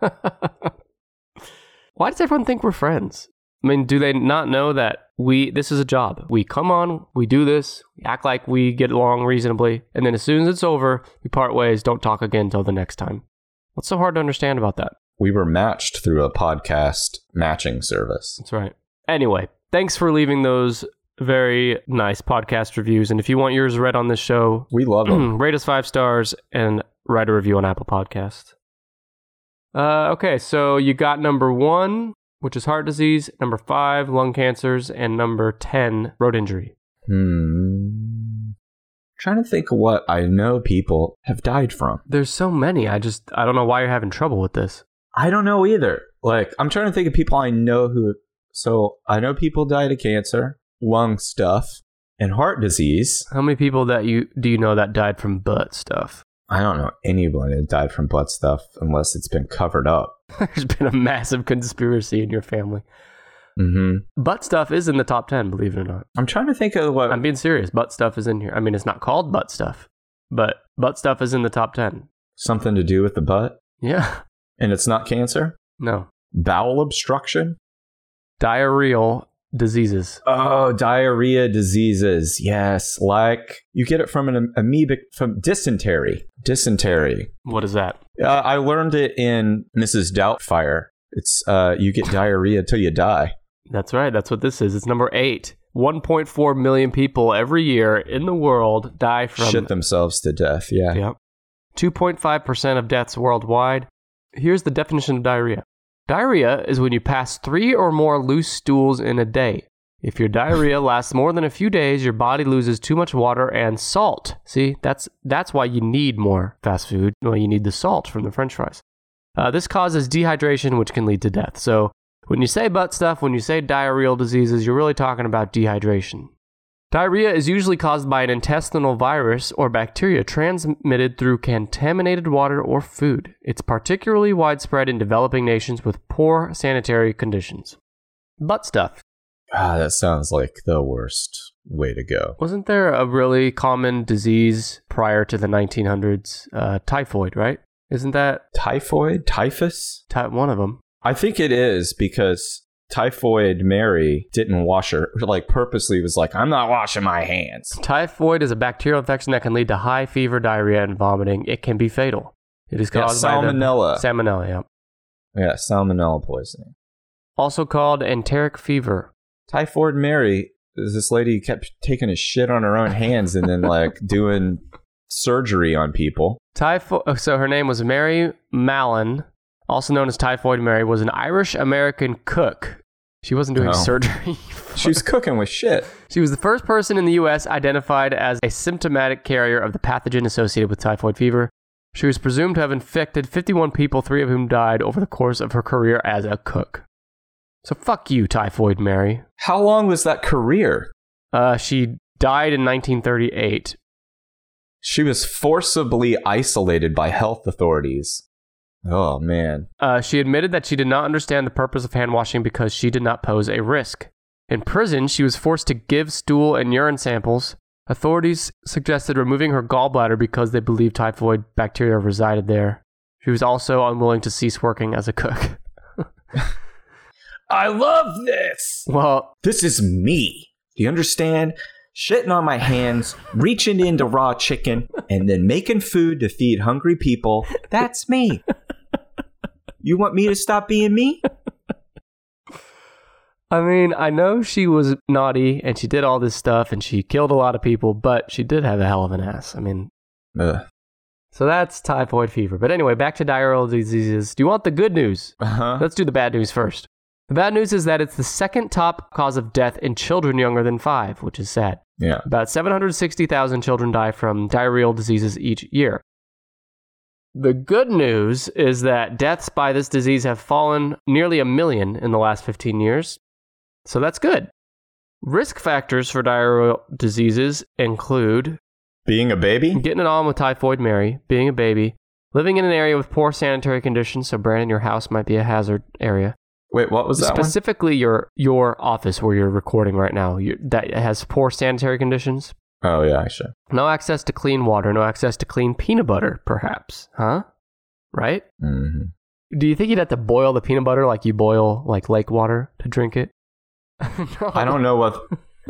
[SPEAKER 1] Why does everyone think we're friends? I mean, do they not know that we this is a job? We come on, we do this, we act like we get along reasonably, and then as soon as it's over, we part ways, don't talk again until the next time. What's so hard to understand about that?
[SPEAKER 2] We were matched through a podcast matching service.
[SPEAKER 1] That's right. Anyway, thanks for leaving those very nice podcast reviews. And if you want yours read on this show,
[SPEAKER 2] We love them.
[SPEAKER 1] rate us five stars and write a review on Apple Podcast. Uh, okay, so you got number one, which is heart disease, number five, lung cancers, and number 10, road injury.
[SPEAKER 2] hmm. Trying to think of what I know people have died from.
[SPEAKER 1] There's so many. I just, I don't know why you're having trouble with this.
[SPEAKER 2] I don't know either. Like, I'm trying to think of people I know who. So, I know people died of cancer, lung stuff, and heart disease.
[SPEAKER 1] How many people that you do you know that died from butt stuff?
[SPEAKER 2] I don't know anyone that died from butt stuff unless it's been covered up.
[SPEAKER 1] There's been a massive conspiracy in your family.
[SPEAKER 2] hmm
[SPEAKER 1] Butt stuff is in the top 10, believe it or not.
[SPEAKER 2] I'm trying to think of what.
[SPEAKER 1] I'm being serious. Butt stuff is in here. I mean, it's not called butt stuff, but butt stuff is in the top 10.
[SPEAKER 2] something to do with the butt,
[SPEAKER 1] Yeah.
[SPEAKER 2] and it's not cancer.
[SPEAKER 1] No.
[SPEAKER 2] Bowel obstruction.
[SPEAKER 1] Diarrheal diseases.
[SPEAKER 2] Oh, diarrhea diseases. Yes, like you get it from an am- amoebic from dysentery. Dysentery.
[SPEAKER 1] What is that?
[SPEAKER 2] Uh, I learned it in Mrs. Doubtfire. It's uh, you get diarrhea till you die.
[SPEAKER 1] That's right. That's what this is. It's number eight. 1.4 million people every year in the world die from.
[SPEAKER 2] Shit themselves to death. Yeah.
[SPEAKER 1] Yep. 2.5% of deaths worldwide. Here's the definition of diarrhea diarrhea is when you pass three or more loose stools in a day. If your diarrhea lasts more than a few days, your body loses too much water and salt. See, that's, that's why you need more fast food. Well, you need the salt from the french fries. Uh, this causes dehydration, which can lead to death. So, when you say butt stuff, when you say diarrheal diseases, you're really talking about dehydration. Diarrhea is usually caused by an intestinal virus or bacteria transmitted through contaminated water or food. It's particularly widespread in developing nations with poor sanitary conditions. Butt stuff.
[SPEAKER 2] Ah, that sounds like the worst way to go.
[SPEAKER 1] Wasn't there a really common disease prior to the 1900s? Uh, typhoid, right? Isn't that
[SPEAKER 2] Typhoid, typhus.
[SPEAKER 1] ty- one of them?
[SPEAKER 2] I think it is because typhoid Mary didn't wash her like purposely was like I'm not washing my hands.
[SPEAKER 1] Typhoid is a bacterial infection that can lead to high fever, diarrhea, and vomiting. It can be fatal. It is
[SPEAKER 2] Yeah,
[SPEAKER 1] caused by
[SPEAKER 2] salmonella.
[SPEAKER 1] the salmonella. Yeah.
[SPEAKER 2] Yeah, salmonella poisoning.
[SPEAKER 1] Also called enteric fever.
[SPEAKER 2] Typhoid Mary, is this lady who kept taking a shit on her own hands and then like doing surgery on people.
[SPEAKER 1] Typhoid. oh, So her name was Mary Mallon, also known as Typhoid Mary, was an Irish American cook. She wasn't doing
[SPEAKER 2] Oh.
[SPEAKER 1] surgery.
[SPEAKER 2] She was cooking with shit.
[SPEAKER 1] she was the first person in the U.S. identified as a symptomatic carrier of the pathogen associated with typhoid fever. She was presumed to have infected 51 people, three of whom died over the course of her career as a cook. So fuck you, Typhoid Mary.
[SPEAKER 2] How long was that career?
[SPEAKER 1] Uh, she died in 1938.
[SPEAKER 2] She was forcibly isolated by health authorities. Oh man.
[SPEAKER 1] Uh, she admitted that she did not understand the purpose of hand washing because she did not pose a risk. In prison, she was forced to give stool and urine samples. Authorities suggested removing her gallbladder because they believed typhoid bacteria resided there. She was also unwilling to cease working as a cook.
[SPEAKER 2] I love this.
[SPEAKER 1] Well,
[SPEAKER 2] This is me. Do you understand? Shitting on my hands, reaching into raw chicken, and then making food to feed hungry people. That's me. You want me to stop being me?
[SPEAKER 1] I mean, I know she was naughty and she did all this stuff and she killed a lot of people, but she did have a hell of an ass. I mean,
[SPEAKER 2] Ugh.
[SPEAKER 1] so that's typhoid fever. But anyway, back to diarrheal diseases. Do you want the good news?
[SPEAKER 2] Uh-huh.
[SPEAKER 1] Let's do the bad news first. The bad news is that it's the second top cause of death in children younger than five, which is sad.
[SPEAKER 2] Yeah.
[SPEAKER 1] About 760,000 children die from diarrheal diseases each year. The good news is that deaths by this disease have fallen nearly a million in the last 15 years. So that's good. Risk factors for diarrheal diseases include
[SPEAKER 2] Being a baby?
[SPEAKER 1] Getting it on with Typhoid Mary, being a baby, living in an area with poor sanitary conditions, so Brandon, your house might be a hazard area.
[SPEAKER 2] Wait, what was that one?
[SPEAKER 1] Specifically, your your office where you're recording right now you, that has poor sanitary conditions,
[SPEAKER 2] Oh, yeah, I should.
[SPEAKER 1] no access to clean water, no access to clean peanut butter, perhaps, huh? Right?
[SPEAKER 2] hmm
[SPEAKER 1] Do you think you'd have to boil the peanut butter like you boil like lake water to drink it? no,
[SPEAKER 2] I don't know what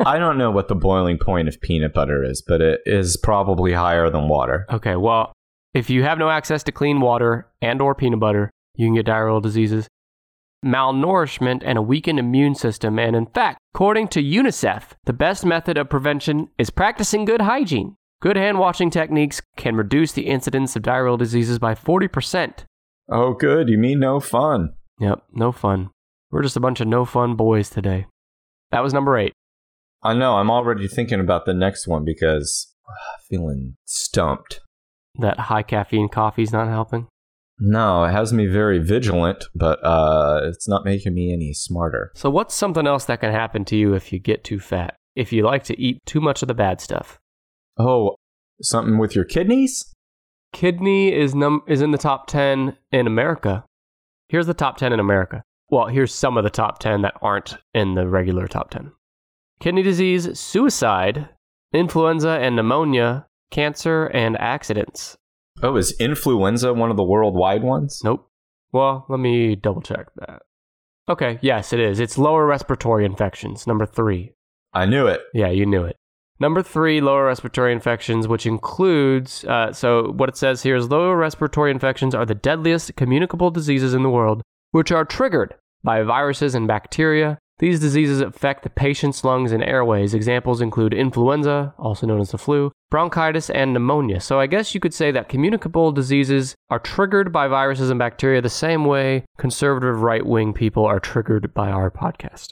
[SPEAKER 2] I don't know what the boiling point of peanut butter is, but it is probably higher than water.
[SPEAKER 1] Okay, well, if you have no access to clean water and or peanut butter, you can get diarrheal diseases, malnourishment and a weakened immune system, and in fact, according to UNICEF, the best method of prevention is practicing good hygiene. Good hand washing techniques can reduce the incidence of diarrheal diseases by 40%.
[SPEAKER 2] Oh, good. You mean no fun?
[SPEAKER 1] Yep, no fun. We're just a bunch of no fun boys today. That was number 8.
[SPEAKER 2] I know. I'm already thinking about the next one because ah, feeling stumped.
[SPEAKER 1] That high caffeine coffee's not helping.
[SPEAKER 2] No, it has me very vigilant, but uh, it's not making me any smarter.
[SPEAKER 1] So, what's something else that can happen to you if you get too fat? If you like to eat too much of the bad stuff?
[SPEAKER 2] Oh, something with your kidneys?
[SPEAKER 1] Kidney is num- is in the top 10 in America. Here's the top 10 in America. Well, here's some of the top 10 that aren't in the regular top 10. Kidney disease, suicide, influenza and pneumonia, cancer and accidents.
[SPEAKER 2] Oh, is influenza one of the worldwide ones?
[SPEAKER 1] Nope. Well, let me double check that. Okay, yes, it is. It's lower respiratory infections, number 3.
[SPEAKER 2] I knew it.
[SPEAKER 1] Yeah, you knew it. Number three, lower respiratory infections, which includes, uh, so what it says here is lower respiratory infections are the deadliest communicable diseases in the world, which are triggered by viruses and bacteria. These diseases affect the patient's lungs and airways. Examples include influenza, also known as the flu, bronchitis, and pneumonia. So I guess you could say that communicable diseases are triggered by viruses and bacteria the same way conservative right wing people are triggered by our podcast.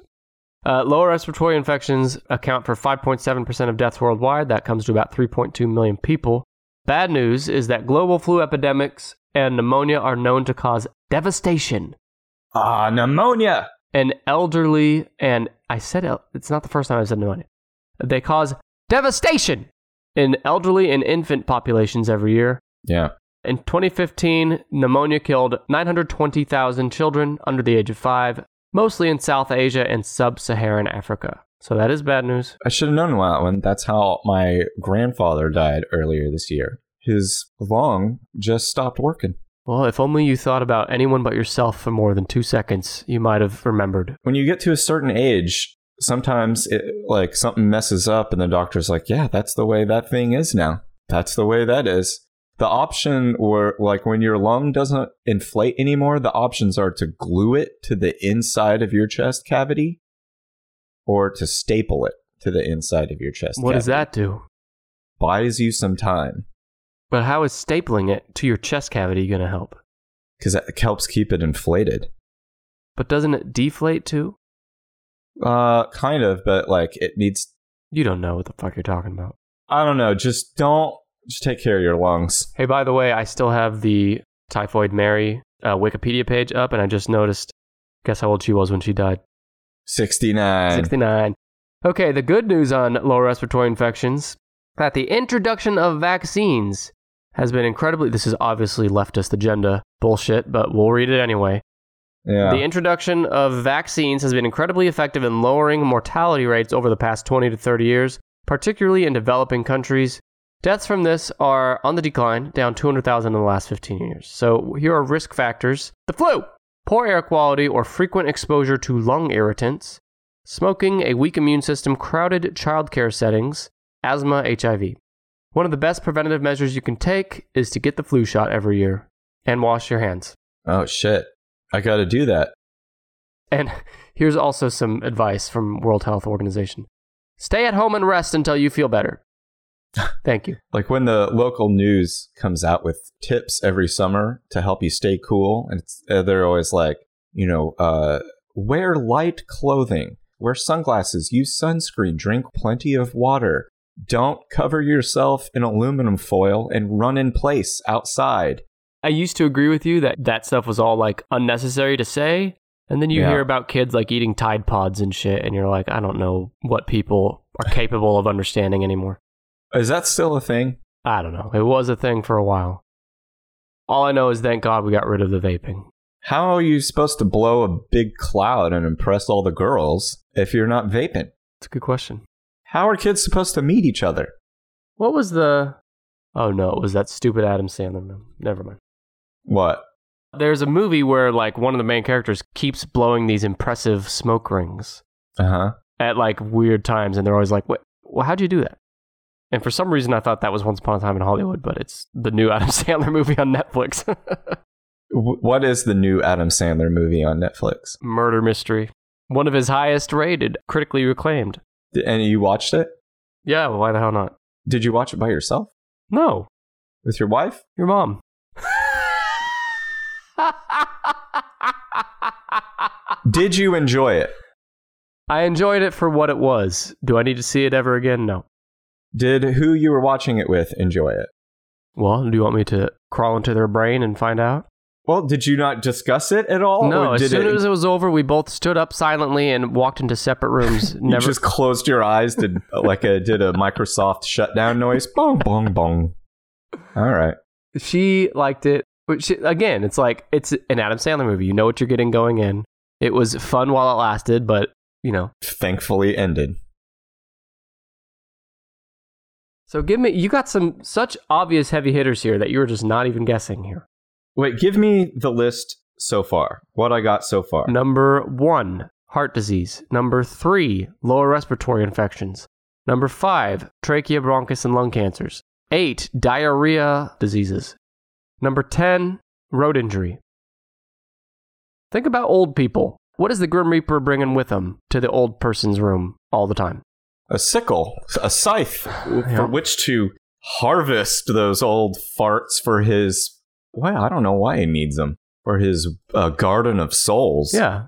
[SPEAKER 1] Uh, lower respiratory infections account for 5.7% of deaths worldwide. That comes to about 3.2 million people. Bad news is that global flu epidemics and pneumonia are known to cause devastation
[SPEAKER 2] Ah, pneumonia.
[SPEAKER 1] in elderly and I said el- it's not the first time I've said pneumonia. They cause devastation in elderly and infant populations every year.
[SPEAKER 2] Yeah.
[SPEAKER 1] In 2015, pneumonia killed 920,000 children under the age of five, mostly in South Asia and sub Saharan Africa. So that is bad news.
[SPEAKER 2] I should have known that one. That's how my grandfather died earlier this year. His lung just stopped working.
[SPEAKER 1] Well, if only you thought about anyone but yourself for more than two seconds, you might have remembered.
[SPEAKER 2] When you get to a certain age, sometimes it, like something messes up, and the doctor's like, "Yeah, that's the way that thing is now. That's the way that is." The option where, like, when your lung doesn't inflate anymore, the options are to glue it to the inside of your chest cavity, or to staple it to the inside of your chest.
[SPEAKER 1] What does
[SPEAKER 2] cavity.
[SPEAKER 1] that do?
[SPEAKER 2] Buys you some time
[SPEAKER 1] But how is stapling it to your chest cavity going to help?
[SPEAKER 2] because that helps keep it inflated.
[SPEAKER 1] But doesn't it deflate too?
[SPEAKER 2] Uh, kind of, but like it needs.
[SPEAKER 1] You don't know what the fuck you're talking about.
[SPEAKER 2] I don't know. Just don't. Just take care of your lungs.
[SPEAKER 1] Hey, by the way, I still have the Typhoid Mary uh, Wikipedia page up, and I just noticed. Guess how old she was when she died?
[SPEAKER 2] Sixty nine.
[SPEAKER 1] 69. Okay, the good news on lower respiratory infections that the introduction of vaccines has been incredibly this is obviously leftist agenda bullshit, but we'll read it anyway. The
[SPEAKER 2] Yeah.
[SPEAKER 1] introduction of vaccines has been incredibly effective in lowering mortality rates over the past 20 to 30 years, particularly in developing countries. Deaths from this are on the decline, down 200,000 in the last 15 years. So here are risk factors the flu, poor air quality or frequent exposure to lung irritants, smoking, a weak immune system, crowded childcare settings, asthma, HIV. One of the best preventative measures you can take is to get the flu shot every year and wash your hands.
[SPEAKER 2] oh shit! I got to do that.
[SPEAKER 1] And here's also some advice from World Health Organization. Stay at home and rest until you feel better. Thank you.
[SPEAKER 2] Like when the local news comes out with tips every summer to help you stay cool, and it's, uh, they're always like, you know, uh, wear light clothing, wear sunglasses, use sunscreen, drink plenty of water, don't cover yourself in aluminum foil, and run in place outside.
[SPEAKER 1] I used to agree with you that that stuff was all like unnecessary to say. And then you
[SPEAKER 2] Yeah.
[SPEAKER 1] hear about kids like eating Tide Pods and shit, and you're like, I don't know what people are capable of understanding anymore.
[SPEAKER 2] Is that still a thing?
[SPEAKER 1] I don't know. It was a thing for a while. All I know is thank God we got rid of the vaping.
[SPEAKER 2] How are you supposed to blow a big cloud and impress all the girls if you're not vaping?
[SPEAKER 1] It's a good question.
[SPEAKER 2] How are kids supposed to meet each other?
[SPEAKER 1] What was the. Oh no, it was that stupid Adam Sandler. No, never mind.
[SPEAKER 2] What?
[SPEAKER 1] There's a movie where, like, one of the main characters keeps blowing these impressive smoke rings
[SPEAKER 2] Uh huh.
[SPEAKER 1] at, like, weird times, and they're always like, wait, well, how'd you do that? And for some reason, I thought that was Once Upon a Time in Hollywood, but it's the new Adam Sandler movie on Netflix.
[SPEAKER 2] What is the new Adam Sandler movie on Netflix?
[SPEAKER 1] Murder mystery. One of his highest rated, critically acclaimed.
[SPEAKER 2] Did, and you watched it?
[SPEAKER 1] Yeah, well, why the hell not?
[SPEAKER 2] Did you watch it by yourself?
[SPEAKER 1] No,
[SPEAKER 2] With your wife?
[SPEAKER 1] your mom.
[SPEAKER 2] Did you enjoy it?
[SPEAKER 1] I enjoyed it for what it was. Do I need to see it ever again? No.
[SPEAKER 2] Did who you were watching it with enjoy it?
[SPEAKER 1] Well, do you want me to crawl into their brain and find out?
[SPEAKER 2] Well, did you not discuss it at all?
[SPEAKER 1] no,
[SPEAKER 2] or
[SPEAKER 1] as
[SPEAKER 2] Oh, did
[SPEAKER 1] soon
[SPEAKER 2] it,
[SPEAKER 1] as it was over, we both stood up silently and walked into separate rooms.
[SPEAKER 2] you
[SPEAKER 1] Never.
[SPEAKER 2] just closed your eyes, did like a did a Microsoft shutdown noise, bong bong bong. All right.
[SPEAKER 1] she liked it. But she, again, it's like it's an Adam Sandler movie. You know what you're getting going in. It was fun while it lasted, but you know.
[SPEAKER 2] Thankfully ended.
[SPEAKER 1] So give me. You got some such obvious heavy hitters here that you were just not even guessing here.
[SPEAKER 2] Wait, give me the list so far. What I got so far.
[SPEAKER 1] Number one, heart disease. Number three, lower respiratory infections. Number five, trachea, bronchus, and lung cancers. Eight, diarrhea diseases. Number 10, road injury. Think about old people. What is the Grim Reaper bringing with him to the old person's room all the time?
[SPEAKER 2] A sickle, a scythe
[SPEAKER 1] Yeah.
[SPEAKER 2] for which to harvest those old farts for his well, I don't know why he needs them. For his uh, garden of souls.
[SPEAKER 1] Yeah.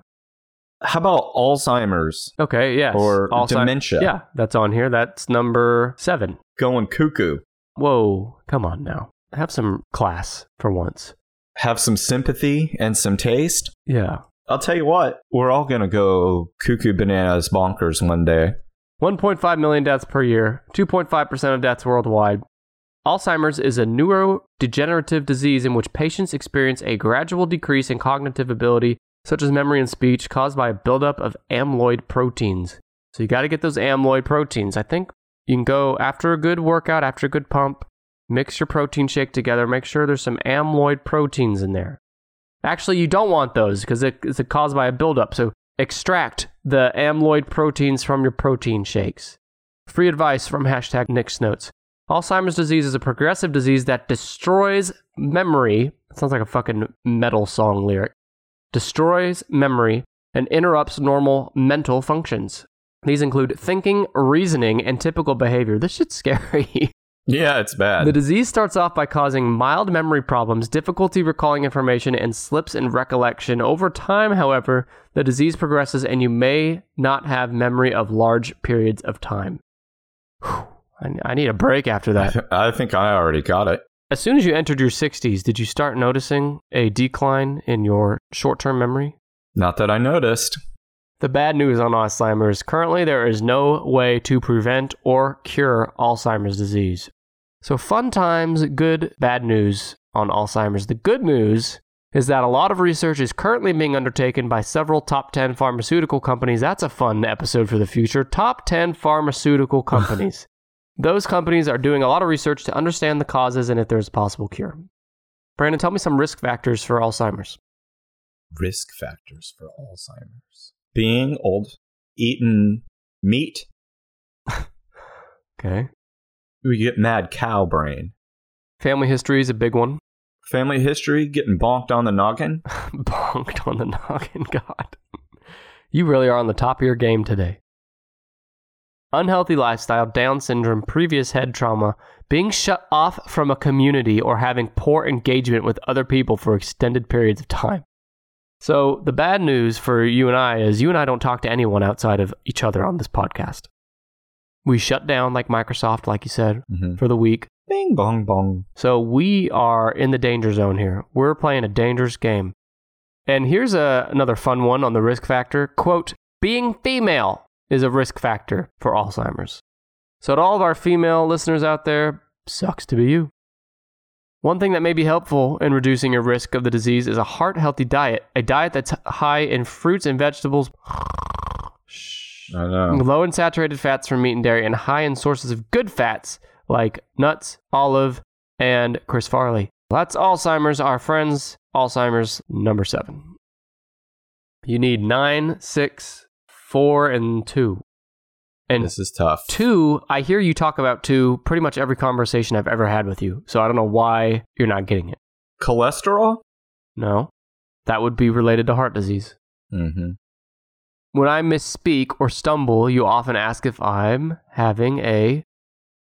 [SPEAKER 2] How about Alzheimer's
[SPEAKER 1] Okay, yes.
[SPEAKER 2] or
[SPEAKER 1] Alzheimer's-
[SPEAKER 2] dementia?
[SPEAKER 1] Yeah, that's on here. That's number seven.
[SPEAKER 2] Going cuckoo.
[SPEAKER 1] Whoa, come on now. Have some class for once.
[SPEAKER 2] Have some sympathy and some taste.
[SPEAKER 1] Yeah.
[SPEAKER 2] I'll tell you what, we're all going to go cuckoo bananas bonkers one day.
[SPEAKER 1] 1.5 million deaths per year, 2.5% of deaths worldwide. Alzheimer's is a neurodegenerative disease in which patients experience a gradual decrease in cognitive ability, such as memory and speech, caused by a buildup of amyloid proteins. So you got to get those amyloid proteins. I think you can go after a good workout, after a good pump, mix your protein shake together, make sure there's some amyloid proteins in there. Actually, you don't want those because it, it's caused by a buildup. So extract the amyloid proteins from your protein shakes. Free advice from hashtag Nick's Notes. Alzheimer's disease is a progressive disease that destroys memory. Sounds like a fucking metal song lyric. Destroys memory and interrupts normal mental functions. These include thinking, reasoning, and typical behavior. This shit's scary.
[SPEAKER 2] Yeah, it's
[SPEAKER 1] The
[SPEAKER 2] bad.
[SPEAKER 1] disease starts off by causing mild memory problems, difficulty recalling information, and slips in recollection. Over time, however, the disease progresses and you may not have memory of large periods of time. Whew. I, I need a break after
[SPEAKER 2] I,
[SPEAKER 1] that.
[SPEAKER 2] th- I think I already got it.
[SPEAKER 1] As soon as you entered your 60s, did you start noticing a decline in your short term memory?
[SPEAKER 2] Not that I noticed.
[SPEAKER 1] The bad news on Alzheimer's currently, there is no way to prevent or cure Alzheimer's disease. So, fun times, good, bad news on Alzheimer's. The good news is that a lot of research is currently being undertaken by several top 10 pharmaceutical companies. That's a fun episode for the future. Top 10 pharmaceutical companies. Those companies are doing a lot of research to understand the causes and if there's a possible cure. Brandon, tell me some risk factors for Alzheimer's.
[SPEAKER 2] Risk factors for Alzheimer's being old, eating meat,
[SPEAKER 1] Okay.
[SPEAKER 2] we get mad cow brain.
[SPEAKER 1] Family history is a big one.
[SPEAKER 2] Family history, getting bonked on the noggin.
[SPEAKER 1] bonked on the noggin. God, you really are on the top of your game today. Unhealthy lifestyle, Down syndrome, previous head trauma, being shut off from a community, or having poor engagement with other people for extended periods of time. So, the bad news for you and I is you and I don't talk to anyone outside of each other on this podcast. We shut down, like Microsoft, like you said,
[SPEAKER 2] Mm-hmm.
[SPEAKER 1] for the week.
[SPEAKER 2] Bing bong bong.
[SPEAKER 1] So we are in the danger zone here. We're playing a dangerous game. And here's a, another fun one on the risk factor. Quote, being female is a risk factor for Alzheimer's. So, to all of our female listeners out there, sucks to be you. One thing that may be helpful in reducing your risk of the disease is a heart healthy diet, a diet that's high in fruits and vegetables,
[SPEAKER 2] I know.
[SPEAKER 1] low in saturated fats from meat and dairy, and high in sources of good fats like nuts, olive, and Chris Farley. That's Alzheimer's, our friends. Alzheimer's number seven. You need nine, six, four, and two. And
[SPEAKER 2] This is tough.
[SPEAKER 1] Two, I hear you talk about two pretty much every conversation I've ever had with you. So I don't know why you're not getting it.
[SPEAKER 2] Cholesterol?
[SPEAKER 1] No. That would be related to heart disease.
[SPEAKER 2] Mm-hmm.
[SPEAKER 1] When I misspeak or stumble, you often ask if I'm having a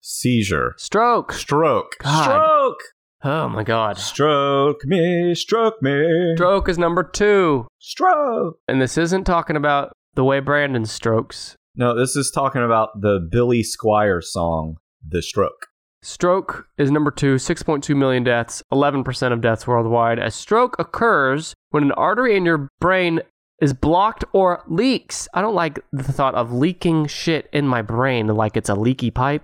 [SPEAKER 2] Seizure.
[SPEAKER 1] stroke.
[SPEAKER 2] Stroke.
[SPEAKER 1] God.
[SPEAKER 2] Stroke.
[SPEAKER 1] Oh my god.
[SPEAKER 2] Stroke me. Stroke me.
[SPEAKER 1] Stroke is number two.
[SPEAKER 2] Stroke.
[SPEAKER 1] And this isn't talking about the way Brandon strokes.
[SPEAKER 2] No, this is talking about the Billy Squire song, The Stroke.
[SPEAKER 1] Stroke is number two, 6.2 million deaths, 11% of deaths worldwide. A stroke occurs when an artery in your brain is blocked or leaks. I don't like the thought of leaking shit in my brain like it's a leaky pipe.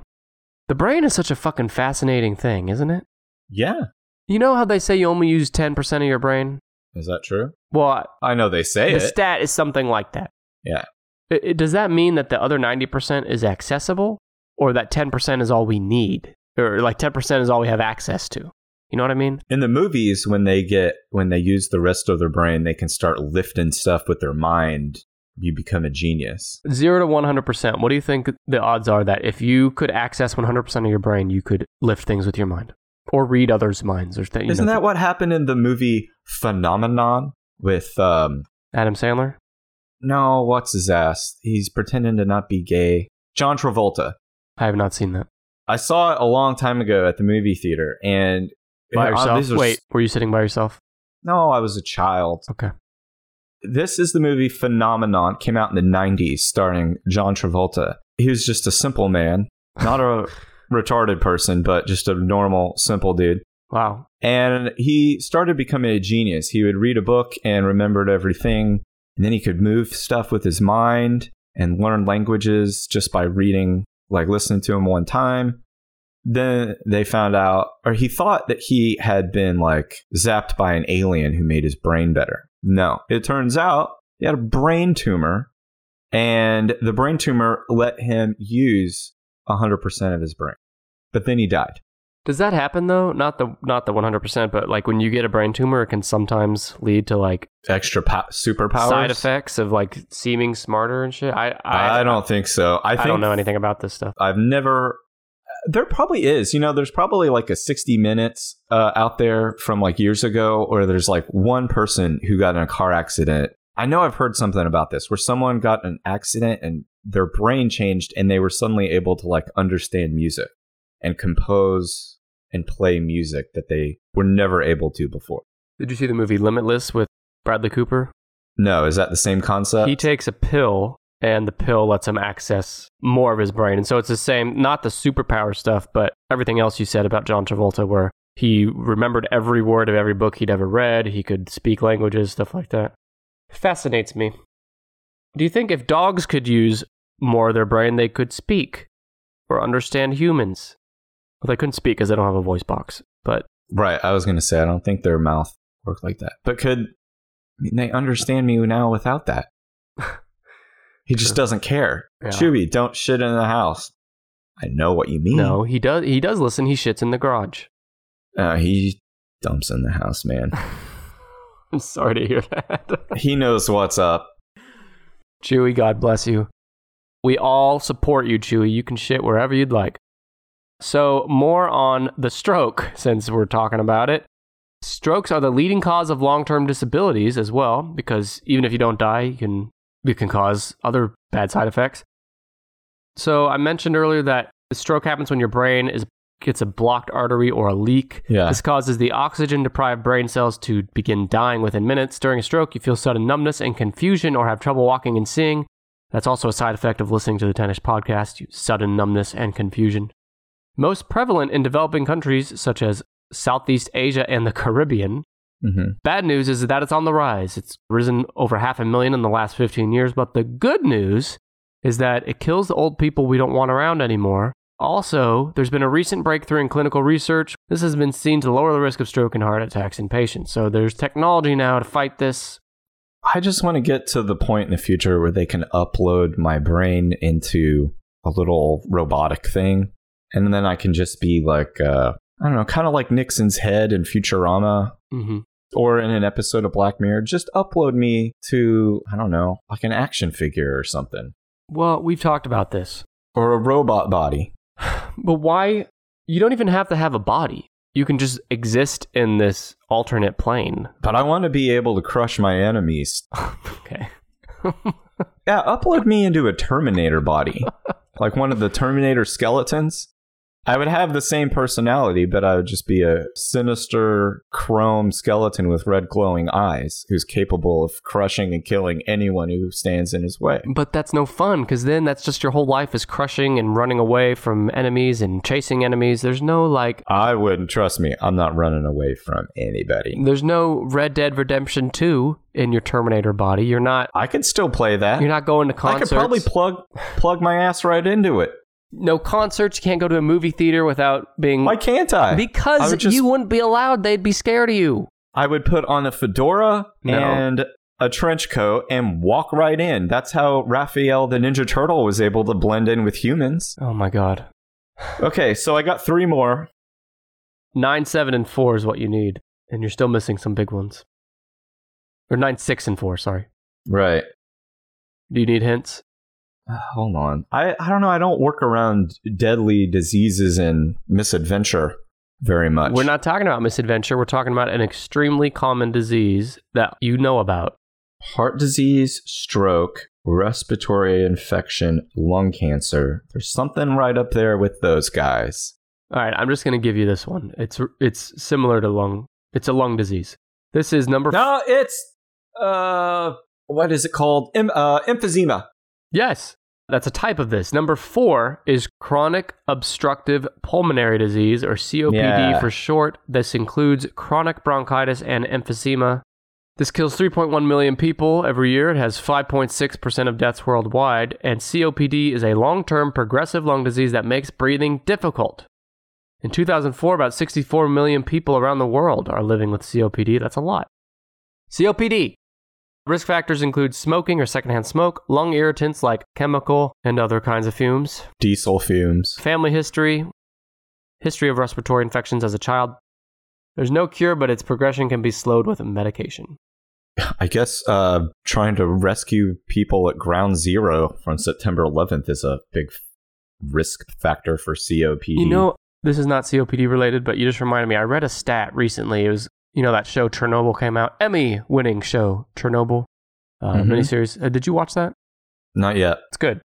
[SPEAKER 1] The brain is such a fucking fascinating thing, isn't it?
[SPEAKER 2] Yeah.
[SPEAKER 1] You know how they say you only use 10% of your brain?
[SPEAKER 2] Is that true?
[SPEAKER 1] Well,
[SPEAKER 2] I know they say
[SPEAKER 1] the
[SPEAKER 2] it.
[SPEAKER 1] stat is something like that.
[SPEAKER 2] yeah.
[SPEAKER 1] I- I- does that mean that the other 90% is accessible or that 10% is all we need? Or like 10% is all we have access to? You know what I mean?
[SPEAKER 2] In the movies, when they get when they use the rest of their brain, they can start lifting stuff with their mind. You become a genius.
[SPEAKER 1] Zero to 100%. What do you think the odds are that if you could access 100% of your brain, you could lift things with your mind or read others' minds or things?
[SPEAKER 2] Isn't that what happened in the movie Phenomenon with um
[SPEAKER 1] Adam Sandler?
[SPEAKER 2] no, what's his ass? He's pretending to not be gay. John Travolta.
[SPEAKER 1] I have not seen that.
[SPEAKER 2] I saw it a long time ago at the movie theater and
[SPEAKER 1] By
[SPEAKER 2] Uh,
[SPEAKER 1] yourself?
[SPEAKER 2] these are s-
[SPEAKER 1] Wait, were you sitting by yourself?
[SPEAKER 2] No, I was a child.
[SPEAKER 1] Okay.
[SPEAKER 2] This is the movie Phenomenon. Came out in the 90s, starring John Travolta. He was just a simple man, not a retarded person, but just a normal, simple dude.
[SPEAKER 1] Wow.
[SPEAKER 2] And he started becoming a genius. He would read a book and remembered everything. And then he could move stuff with his mind and learn languages just by reading, like listening to him one time. Then they found out, or he thought that he had been like zapped by an alien who made his brain better. No, it turns out he had a brain tumor, and the brain tumor let him use 100% of his brain. But then he died.
[SPEAKER 1] Does that happen though? Not the not the 100%, but like when you get a brain tumor, it can sometimes lead to like
[SPEAKER 2] Extra po- superpowers.
[SPEAKER 1] side effects of like seeming smarter and shit. I I,
[SPEAKER 2] I, don't think so. I,
[SPEAKER 1] I
[SPEAKER 2] think
[SPEAKER 1] don't know anything about this stuff.
[SPEAKER 2] I've never. There probably is. You know, there's probably like a 60 minutes uh, out there from like years ago, or there's like one person who got in a car accident. I know I've heard something about this where someone got an accident and their brain changed and they were suddenly able to like understand music and compose and play music that they were never able to before.
[SPEAKER 1] Did you see the movie Limitless with Bradley Cooper?
[SPEAKER 2] No, is that the same concept?
[SPEAKER 1] he takes a pill and the pill lets him access more of his brain. And so it's the same, not the superpower stuff, but everything else you said about John Travolta, where he remembered every word of every book he'd ever read. He could speak languages, stuff like that. Fascinates me. Do you think if dogs could use more of their brain, they could speak or understand humans? Well, they couldn't speak because they don't have a voice box, but
[SPEAKER 2] Right. I was going to say, I don't think their mouth worked like that. But could I mean, they understand me now without that? he just
[SPEAKER 1] True.
[SPEAKER 2] doesn't care.
[SPEAKER 1] Yeah.
[SPEAKER 2] Chewy, don't shit in the house. I know what you mean.
[SPEAKER 1] no, he does. He does listen. He shits in the garage.
[SPEAKER 2] Uh, he dumps in the house, man.
[SPEAKER 1] I'm sorry to hear that.
[SPEAKER 2] he knows what's up.
[SPEAKER 1] Chewy, God bless you. We all support you, Chewy. You can shit wherever you'd like. So, more on the stroke, since we're talking about it. Strokes are the leading cause of long term disabilities as well, because even if you don't die, you can, you can cause other bad side effects. So, I mentioned earlier that the stroke happens when your brain is, gets a blocked artery or a leak.
[SPEAKER 2] Yeah.
[SPEAKER 1] This causes the oxygen deprived brain cells to begin dying within minutes. During a stroke, you feel sudden numbness and confusion or have trouble walking and seeing. That's also a side effect of listening to the tennis podcast you- sudden numbness and confusion. Most prevalent in developing countries such as Southeast Asia and the Caribbean.
[SPEAKER 2] Mm-hmm.
[SPEAKER 1] Bad news is that it's on the rise. It's risen over half a million in the last 15 years, but the good news is that it kills the old people we don't want around anymore. Also, there's been a recent breakthrough in clinical research. This has been seen to lower the risk of stroke and heart attacks in patients. So there's technology now to fight this.
[SPEAKER 2] I just want to get to the point in the future where they can upload my brain into a little robotic thing. And then I can just be like, uh, I don't know, kind of like Nixon's head in Futurama
[SPEAKER 1] Mm-hmm.
[SPEAKER 2] or in an episode of Black Mirror. Just upload me to, I don't know, like an action figure or something
[SPEAKER 1] Well, we've talked about this.
[SPEAKER 2] or a robot body.
[SPEAKER 1] But why? You don't even have to have a body. You can just exist in this alternate plane.
[SPEAKER 2] But I want to be able to crush my enemies.
[SPEAKER 1] Okay.
[SPEAKER 2] Yeah, upload me into a Terminator body, like one of the Terminator skeletons. I would have the same personality, but I would just be a sinister chrome skeleton with red glowing eyes who's capable of crushing and killing anyone who stands in his way.
[SPEAKER 1] But that's no fun because then that's just your whole life is crushing and running away from enemies and chasing enemies. There's no like,
[SPEAKER 2] I wouldn't, trust me, I'm not running away from anybody.
[SPEAKER 1] there's no Red Dead Redemption 2 in your Terminator body. You're not,
[SPEAKER 2] I could still play that.
[SPEAKER 1] you're not going to
[SPEAKER 2] I could
[SPEAKER 1] concerts.
[SPEAKER 2] probably plug plug my ass right into it.
[SPEAKER 1] no concerts. You can't go to a movie theater without being.
[SPEAKER 2] Why can't I? I
[SPEAKER 1] because
[SPEAKER 2] would just-
[SPEAKER 1] you wouldn't be allowed. They'd be scared of you.
[SPEAKER 2] I would put on a fedora
[SPEAKER 1] No.
[SPEAKER 2] and a trench coat and walk right in. That's how Raphael the Ninja Turtle was able to blend in with humans.
[SPEAKER 1] Oh my God.
[SPEAKER 2] Okay, so I got three more.
[SPEAKER 1] Nine, seven, and four is what you need, and you're still missing some big ones. Or nine, six, and four. Sorry.
[SPEAKER 2] Right.
[SPEAKER 1] Do you need hints?
[SPEAKER 2] Hold on. I, I don't know. I don't work around deadly diseases and misadventure very much.
[SPEAKER 1] We're not talking about misadventure. We're talking about an extremely common disease that you know about.
[SPEAKER 2] heart disease, stroke, respiratory infection, lung cancer. There's something right up there with those guys.
[SPEAKER 1] All right, I'm just going to give you this one. It's it's similar to lung. It's a lung disease. This is number. f-
[SPEAKER 2] No, it's uh, what is it called? Em- uh, emphysema.
[SPEAKER 1] yes, that's a type of this. Number four is chronic obstructive pulmonary disease, or COPD
[SPEAKER 2] Yeah.
[SPEAKER 1] for short. This includes chronic bronchitis and emphysema. This kills 3.1 million people every year. It has 5.6% of deaths worldwide. And COPD is a long term progressive lung disease that makes breathing difficult. In 2004, about 64 million people around the world are living with COPD. That's a lot. COPD. Risk factors include smoking or secondhand smoke, lung irritants like chemical and other kinds of fumes,
[SPEAKER 2] Diesel fumes.
[SPEAKER 1] family history, history of respiratory infections as a child. There's no cure, but its progression can be slowed with medication.
[SPEAKER 2] I guess uh, trying to rescue people at ground zero from September 11th is a big f- risk factor for COPD.
[SPEAKER 1] You know, this is not COPD related, but you just reminded me. I read a stat recently. It was, you know, that show Chernobyl came out, Emmy winning show, Chernobyl uh,
[SPEAKER 2] Mhm.
[SPEAKER 1] miniseries. Uh, did you watch that?
[SPEAKER 2] not yet.
[SPEAKER 1] It's good.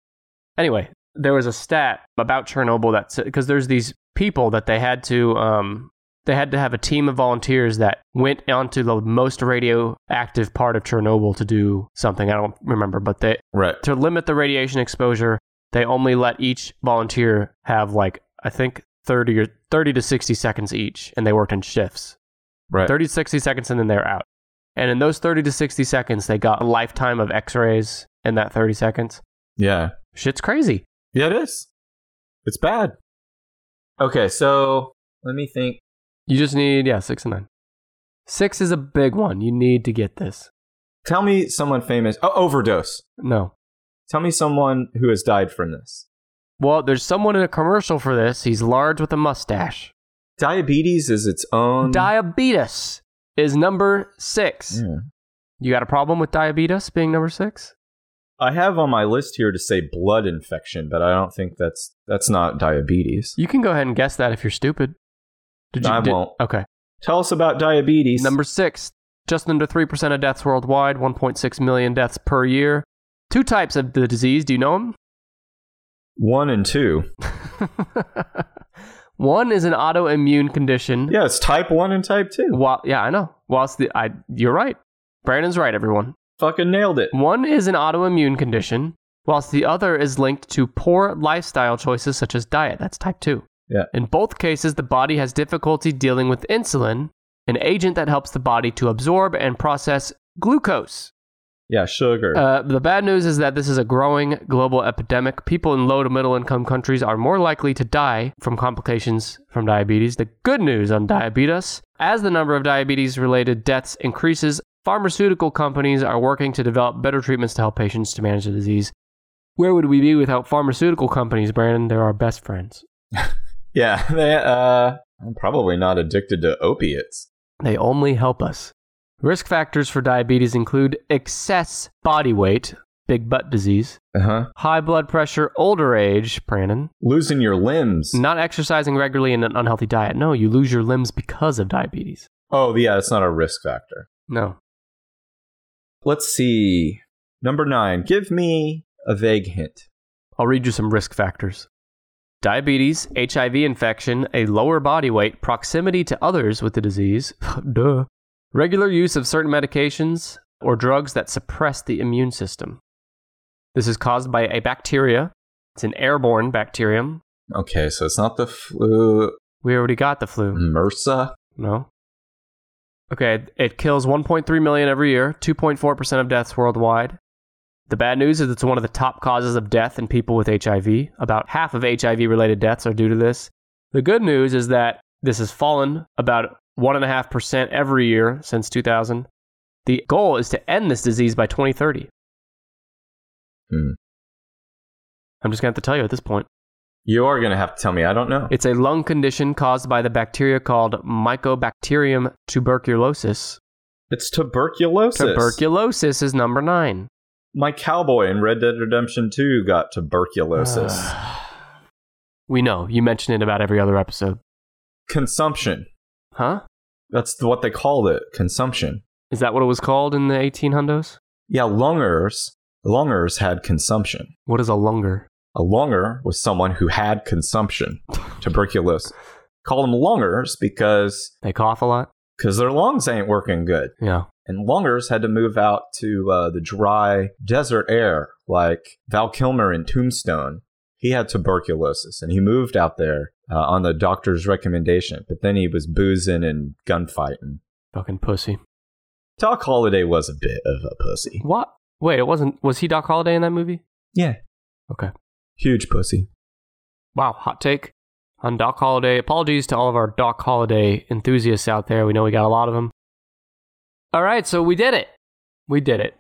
[SPEAKER 1] Anyway, there was a stat about Chernobyl that because there's these people that they had to um, they had to have a team of volunteers that went onto the most radioactive part of Chernobyl to do something. I don't remember, but they
[SPEAKER 2] Right.
[SPEAKER 1] to limit the radiation exposure, they only let each volunteer have like I think 30 or 30 to 60 seconds each and they worked in shifts.
[SPEAKER 2] Right.
[SPEAKER 1] 30 to 60 seconds and then they're out. And in those 30 to 60 seconds, they got a lifetime of x-rays in that 30 seconds.
[SPEAKER 2] yeah.
[SPEAKER 1] Shit's crazy.
[SPEAKER 2] Yeah, it is. It's bad. Okay, so let me think.
[SPEAKER 1] You just need, yeah, six and nine. Six is a big one. You need to get this.
[SPEAKER 2] Tell me someone famous. Oh, overdose.
[SPEAKER 1] No.
[SPEAKER 2] Tell me someone who has died from this.
[SPEAKER 1] Well, there's someone in a commercial for this. He's large with a mustache.
[SPEAKER 2] Diabetes is its own.
[SPEAKER 1] diabetes is number six.
[SPEAKER 2] Yeah.
[SPEAKER 1] You got a problem with diabetes being number six?
[SPEAKER 2] I have on my list here to say blood infection, but I don't think that's that's not diabetes.
[SPEAKER 1] You can go ahead and guess that if you're stupid. Did you,
[SPEAKER 2] I
[SPEAKER 1] did-
[SPEAKER 2] won't.
[SPEAKER 1] Okay.
[SPEAKER 2] Tell us about diabetes.
[SPEAKER 1] Number six, just under 3% of deaths worldwide, 1.6 million deaths per year. Two types of the disease. Do you know them?
[SPEAKER 2] one and two.
[SPEAKER 1] One is an autoimmune condition.
[SPEAKER 2] Yeah, it's type one and type two.
[SPEAKER 1] While, yeah, I know. Whilst the, I, you're right. Brandon's right, everyone.
[SPEAKER 2] Fucking nailed it.
[SPEAKER 1] One is an autoimmune condition, whilst the other is linked to poor lifestyle choices such as diet. That's type 2.
[SPEAKER 2] Yeah.
[SPEAKER 1] In both cases, the body has difficulty dealing with insulin, an agent that helps the body to absorb and process glucose.
[SPEAKER 2] Yeah, sugar.
[SPEAKER 1] Uh, the bad news is that this is a growing global epidemic. People in low to middle income countries are more likely to die from complications from diabetes. The good news on diabetes as the number of diabetes related deaths increases, pharmaceutical companies are working to develop better treatments to help patients to manage the disease. Where would we be without pharmaceutical companies, Brandon? They're our best friends.
[SPEAKER 2] yeah, they, uh, I'm probably not addicted to opiates.
[SPEAKER 1] They only help us. Risk factors for diabetes include excess body weight, big butt disease,
[SPEAKER 2] Uh huh.
[SPEAKER 1] high blood pressure, older age, Brandon,
[SPEAKER 2] Losing your limbs.
[SPEAKER 1] not exercising regularly, and an unhealthy diet. No, you lose your limbs because of diabetes.
[SPEAKER 2] Oh, yeah, it's not a risk factor.
[SPEAKER 1] No.
[SPEAKER 2] Let's see. Number nine. Give me a vague hint.
[SPEAKER 1] I'll read you some risk factors diabetes, HIV infection, a lower body weight, proximity to others with the disease, duh, regular use of certain medications or drugs that suppress the immune system. This is caused by a bacteria. It's an airborne bacterium.
[SPEAKER 2] Okay, so it's not the flu.
[SPEAKER 1] We already got the flu.
[SPEAKER 2] MRSA.
[SPEAKER 1] No. Okay, it kills 1.3 million every year, 2.4% of deaths worldwide. The bad news is it's one of the top causes of death in people with HIV. About half of HIV related deaths are due to this. The good news is that this has fallen about 1.5% every year since 2000. The goal is to end this disease by 2030.
[SPEAKER 2] Hmm.
[SPEAKER 1] I'm just going to have to tell you at this point.
[SPEAKER 2] You are going to have to tell me. I don't know.
[SPEAKER 1] It's a lung condition caused by the bacteria called Mycobacterium tuberculosis.
[SPEAKER 2] It's tuberculosis.
[SPEAKER 1] Tuberculosis is number nine.
[SPEAKER 2] My cowboy in Red Dead Redemption 2 got tuberculosis.
[SPEAKER 1] we know. You mention it about every other episode.
[SPEAKER 2] Consumption.
[SPEAKER 1] Huh?
[SPEAKER 2] That's th- what they called it. Consumption.
[SPEAKER 1] Is that what it was called in the 18 hundos?
[SPEAKER 2] Yeah, lungers. Lungers had consumption.
[SPEAKER 1] What is a lunger?
[SPEAKER 2] A lunger was someone who had consumption, tuberculosis. Call them lungers because
[SPEAKER 1] They cough a lot?
[SPEAKER 2] because their lungs ain't working good.
[SPEAKER 1] Yeah.
[SPEAKER 2] And lungers had to move out to uh, the dry desert air, like Val Kilmer in Tombstone. He had tuberculosis and he moved out there uh, on the doctor's recommendation, but then he was boozing and gunfighting.
[SPEAKER 1] Fucking pussy.
[SPEAKER 2] Doc Holliday was a bit of a pussy.
[SPEAKER 1] What? Wait, it wasn't. Was he Doc Holliday in that movie?
[SPEAKER 2] Yeah.
[SPEAKER 1] Okay.
[SPEAKER 2] Huge pussy.
[SPEAKER 1] Wow. Hot take on Doc Holliday. Apologies to all of our Doc Holliday enthusiasts out there. We know we got a lot of them. All right. So we did it. We did it.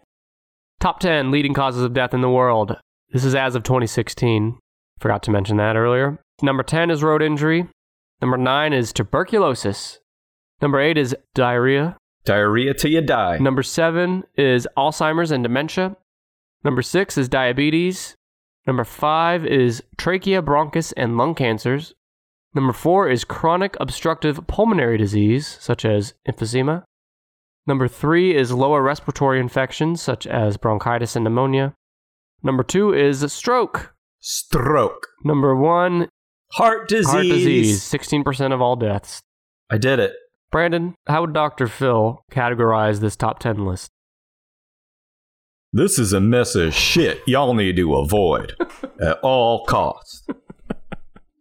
[SPEAKER 1] Top 10 leading causes of death in the world. This is as of 2016. Forgot to mention that earlier. Number 10 is road injury. Number 9 is tuberculosis. Number 8 is diarrhea.
[SPEAKER 2] Diarrhea till you die.
[SPEAKER 1] Number 7 is Alzheimer's and dementia. Number 6 is diabetes. Number 5 is trachea, bronchus, and lung cancers. Number 4 is chronic obstructive pulmonary disease, such as emphysema. Number 3 is lower respiratory infections, such as bronchitis and pneumonia. Number 2 is stroke.
[SPEAKER 2] Stroke.
[SPEAKER 1] Number 1,
[SPEAKER 2] Heart disease.
[SPEAKER 1] heart disease, 16% of all deaths.
[SPEAKER 2] I did it.
[SPEAKER 1] Brandon, how would Dr. Phil categorize this top 10 list?
[SPEAKER 2] This is a mess of shit y'all need to avoid at all costs.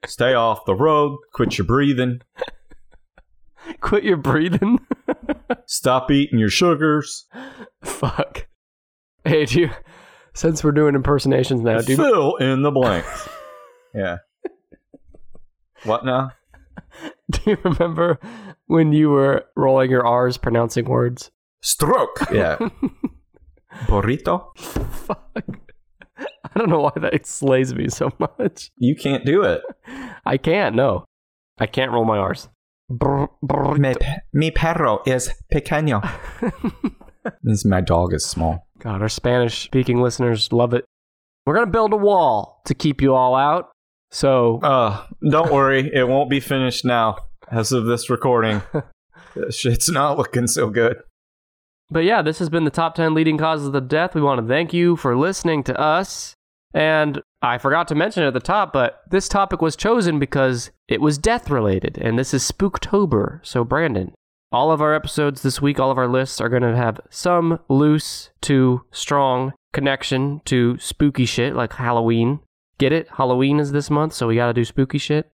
[SPEAKER 2] Stay off the road, quit your breathing,
[SPEAKER 1] Quit your breathing.
[SPEAKER 2] stop eating your sugars.
[SPEAKER 1] Fuck. Hey, do you, since we're doing impersonations now, do you,
[SPEAKER 2] Fill in the blank. yeah. What now?
[SPEAKER 1] do you remember when you were rolling your R's pronouncing words?
[SPEAKER 2] Stroke. Yeah. Burrito?
[SPEAKER 1] Fuck. I don't know why that slays me so much.
[SPEAKER 2] You can't do it.
[SPEAKER 1] I can't, no. I can't roll my R's. Brr, brr.
[SPEAKER 2] mi perro is pequeño. means my dog is small.
[SPEAKER 1] God, our Spanish speaking listeners love it. We're going to build a wall to keep you all out. So,
[SPEAKER 2] Uh, don't worry, it won't be finished now. As of this recording, This shit's not looking so good.
[SPEAKER 1] But yeah, this has been the top 10 leading causes of death. We want to thank you for listening to us. And I forgot to mention at the top, but this topic was chosen because it was death related, and this is Spooktober. So, Brandon, all of our episodes this week, all of our lists are going to have some loose to strong connection to spooky shit like Halloween. Get it? Halloween is this month, so we got to do spooky shit.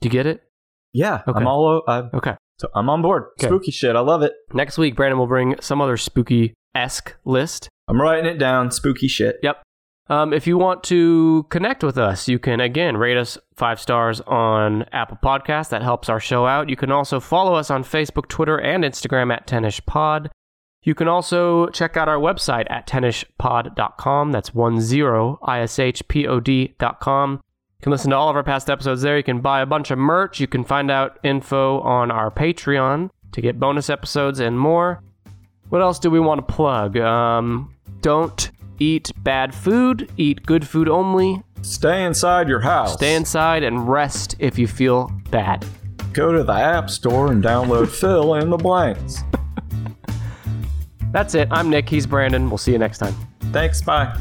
[SPEAKER 1] Do you get it?
[SPEAKER 2] Yeah,
[SPEAKER 1] Okay.
[SPEAKER 2] I'm all. o- I'm
[SPEAKER 1] Okay.
[SPEAKER 2] So I'm on board.
[SPEAKER 1] Okay.
[SPEAKER 2] Spooky shit. I love it.
[SPEAKER 1] Next week, Brandon will bring some other spooky esque list.
[SPEAKER 2] I'm writing it down. Spooky shit.
[SPEAKER 1] Yep. Um, if you want to connect with us, you can again rate us five stars on Apple Podcasts. That helps our show out. You can also follow us on Facebook, Twitter, and Instagram at Tennish Pod. You can also check out our website at tennishpod.com. That's one zero ishpod.com. You can listen to all of our past episodes there. You can buy a bunch of merch. You can find out info on our Patreon to get bonus episodes and more. What else do we want to plug? Um, don't eat bad food. Eat good food only.
[SPEAKER 2] Stay inside your house.
[SPEAKER 1] Stay inside and rest if you feel bad.
[SPEAKER 2] Go to the app store and download Fill in the Blanks.
[SPEAKER 1] That's it. I'm Nick. He's Brandon. We'll see you next time.
[SPEAKER 2] Thanks. Bye.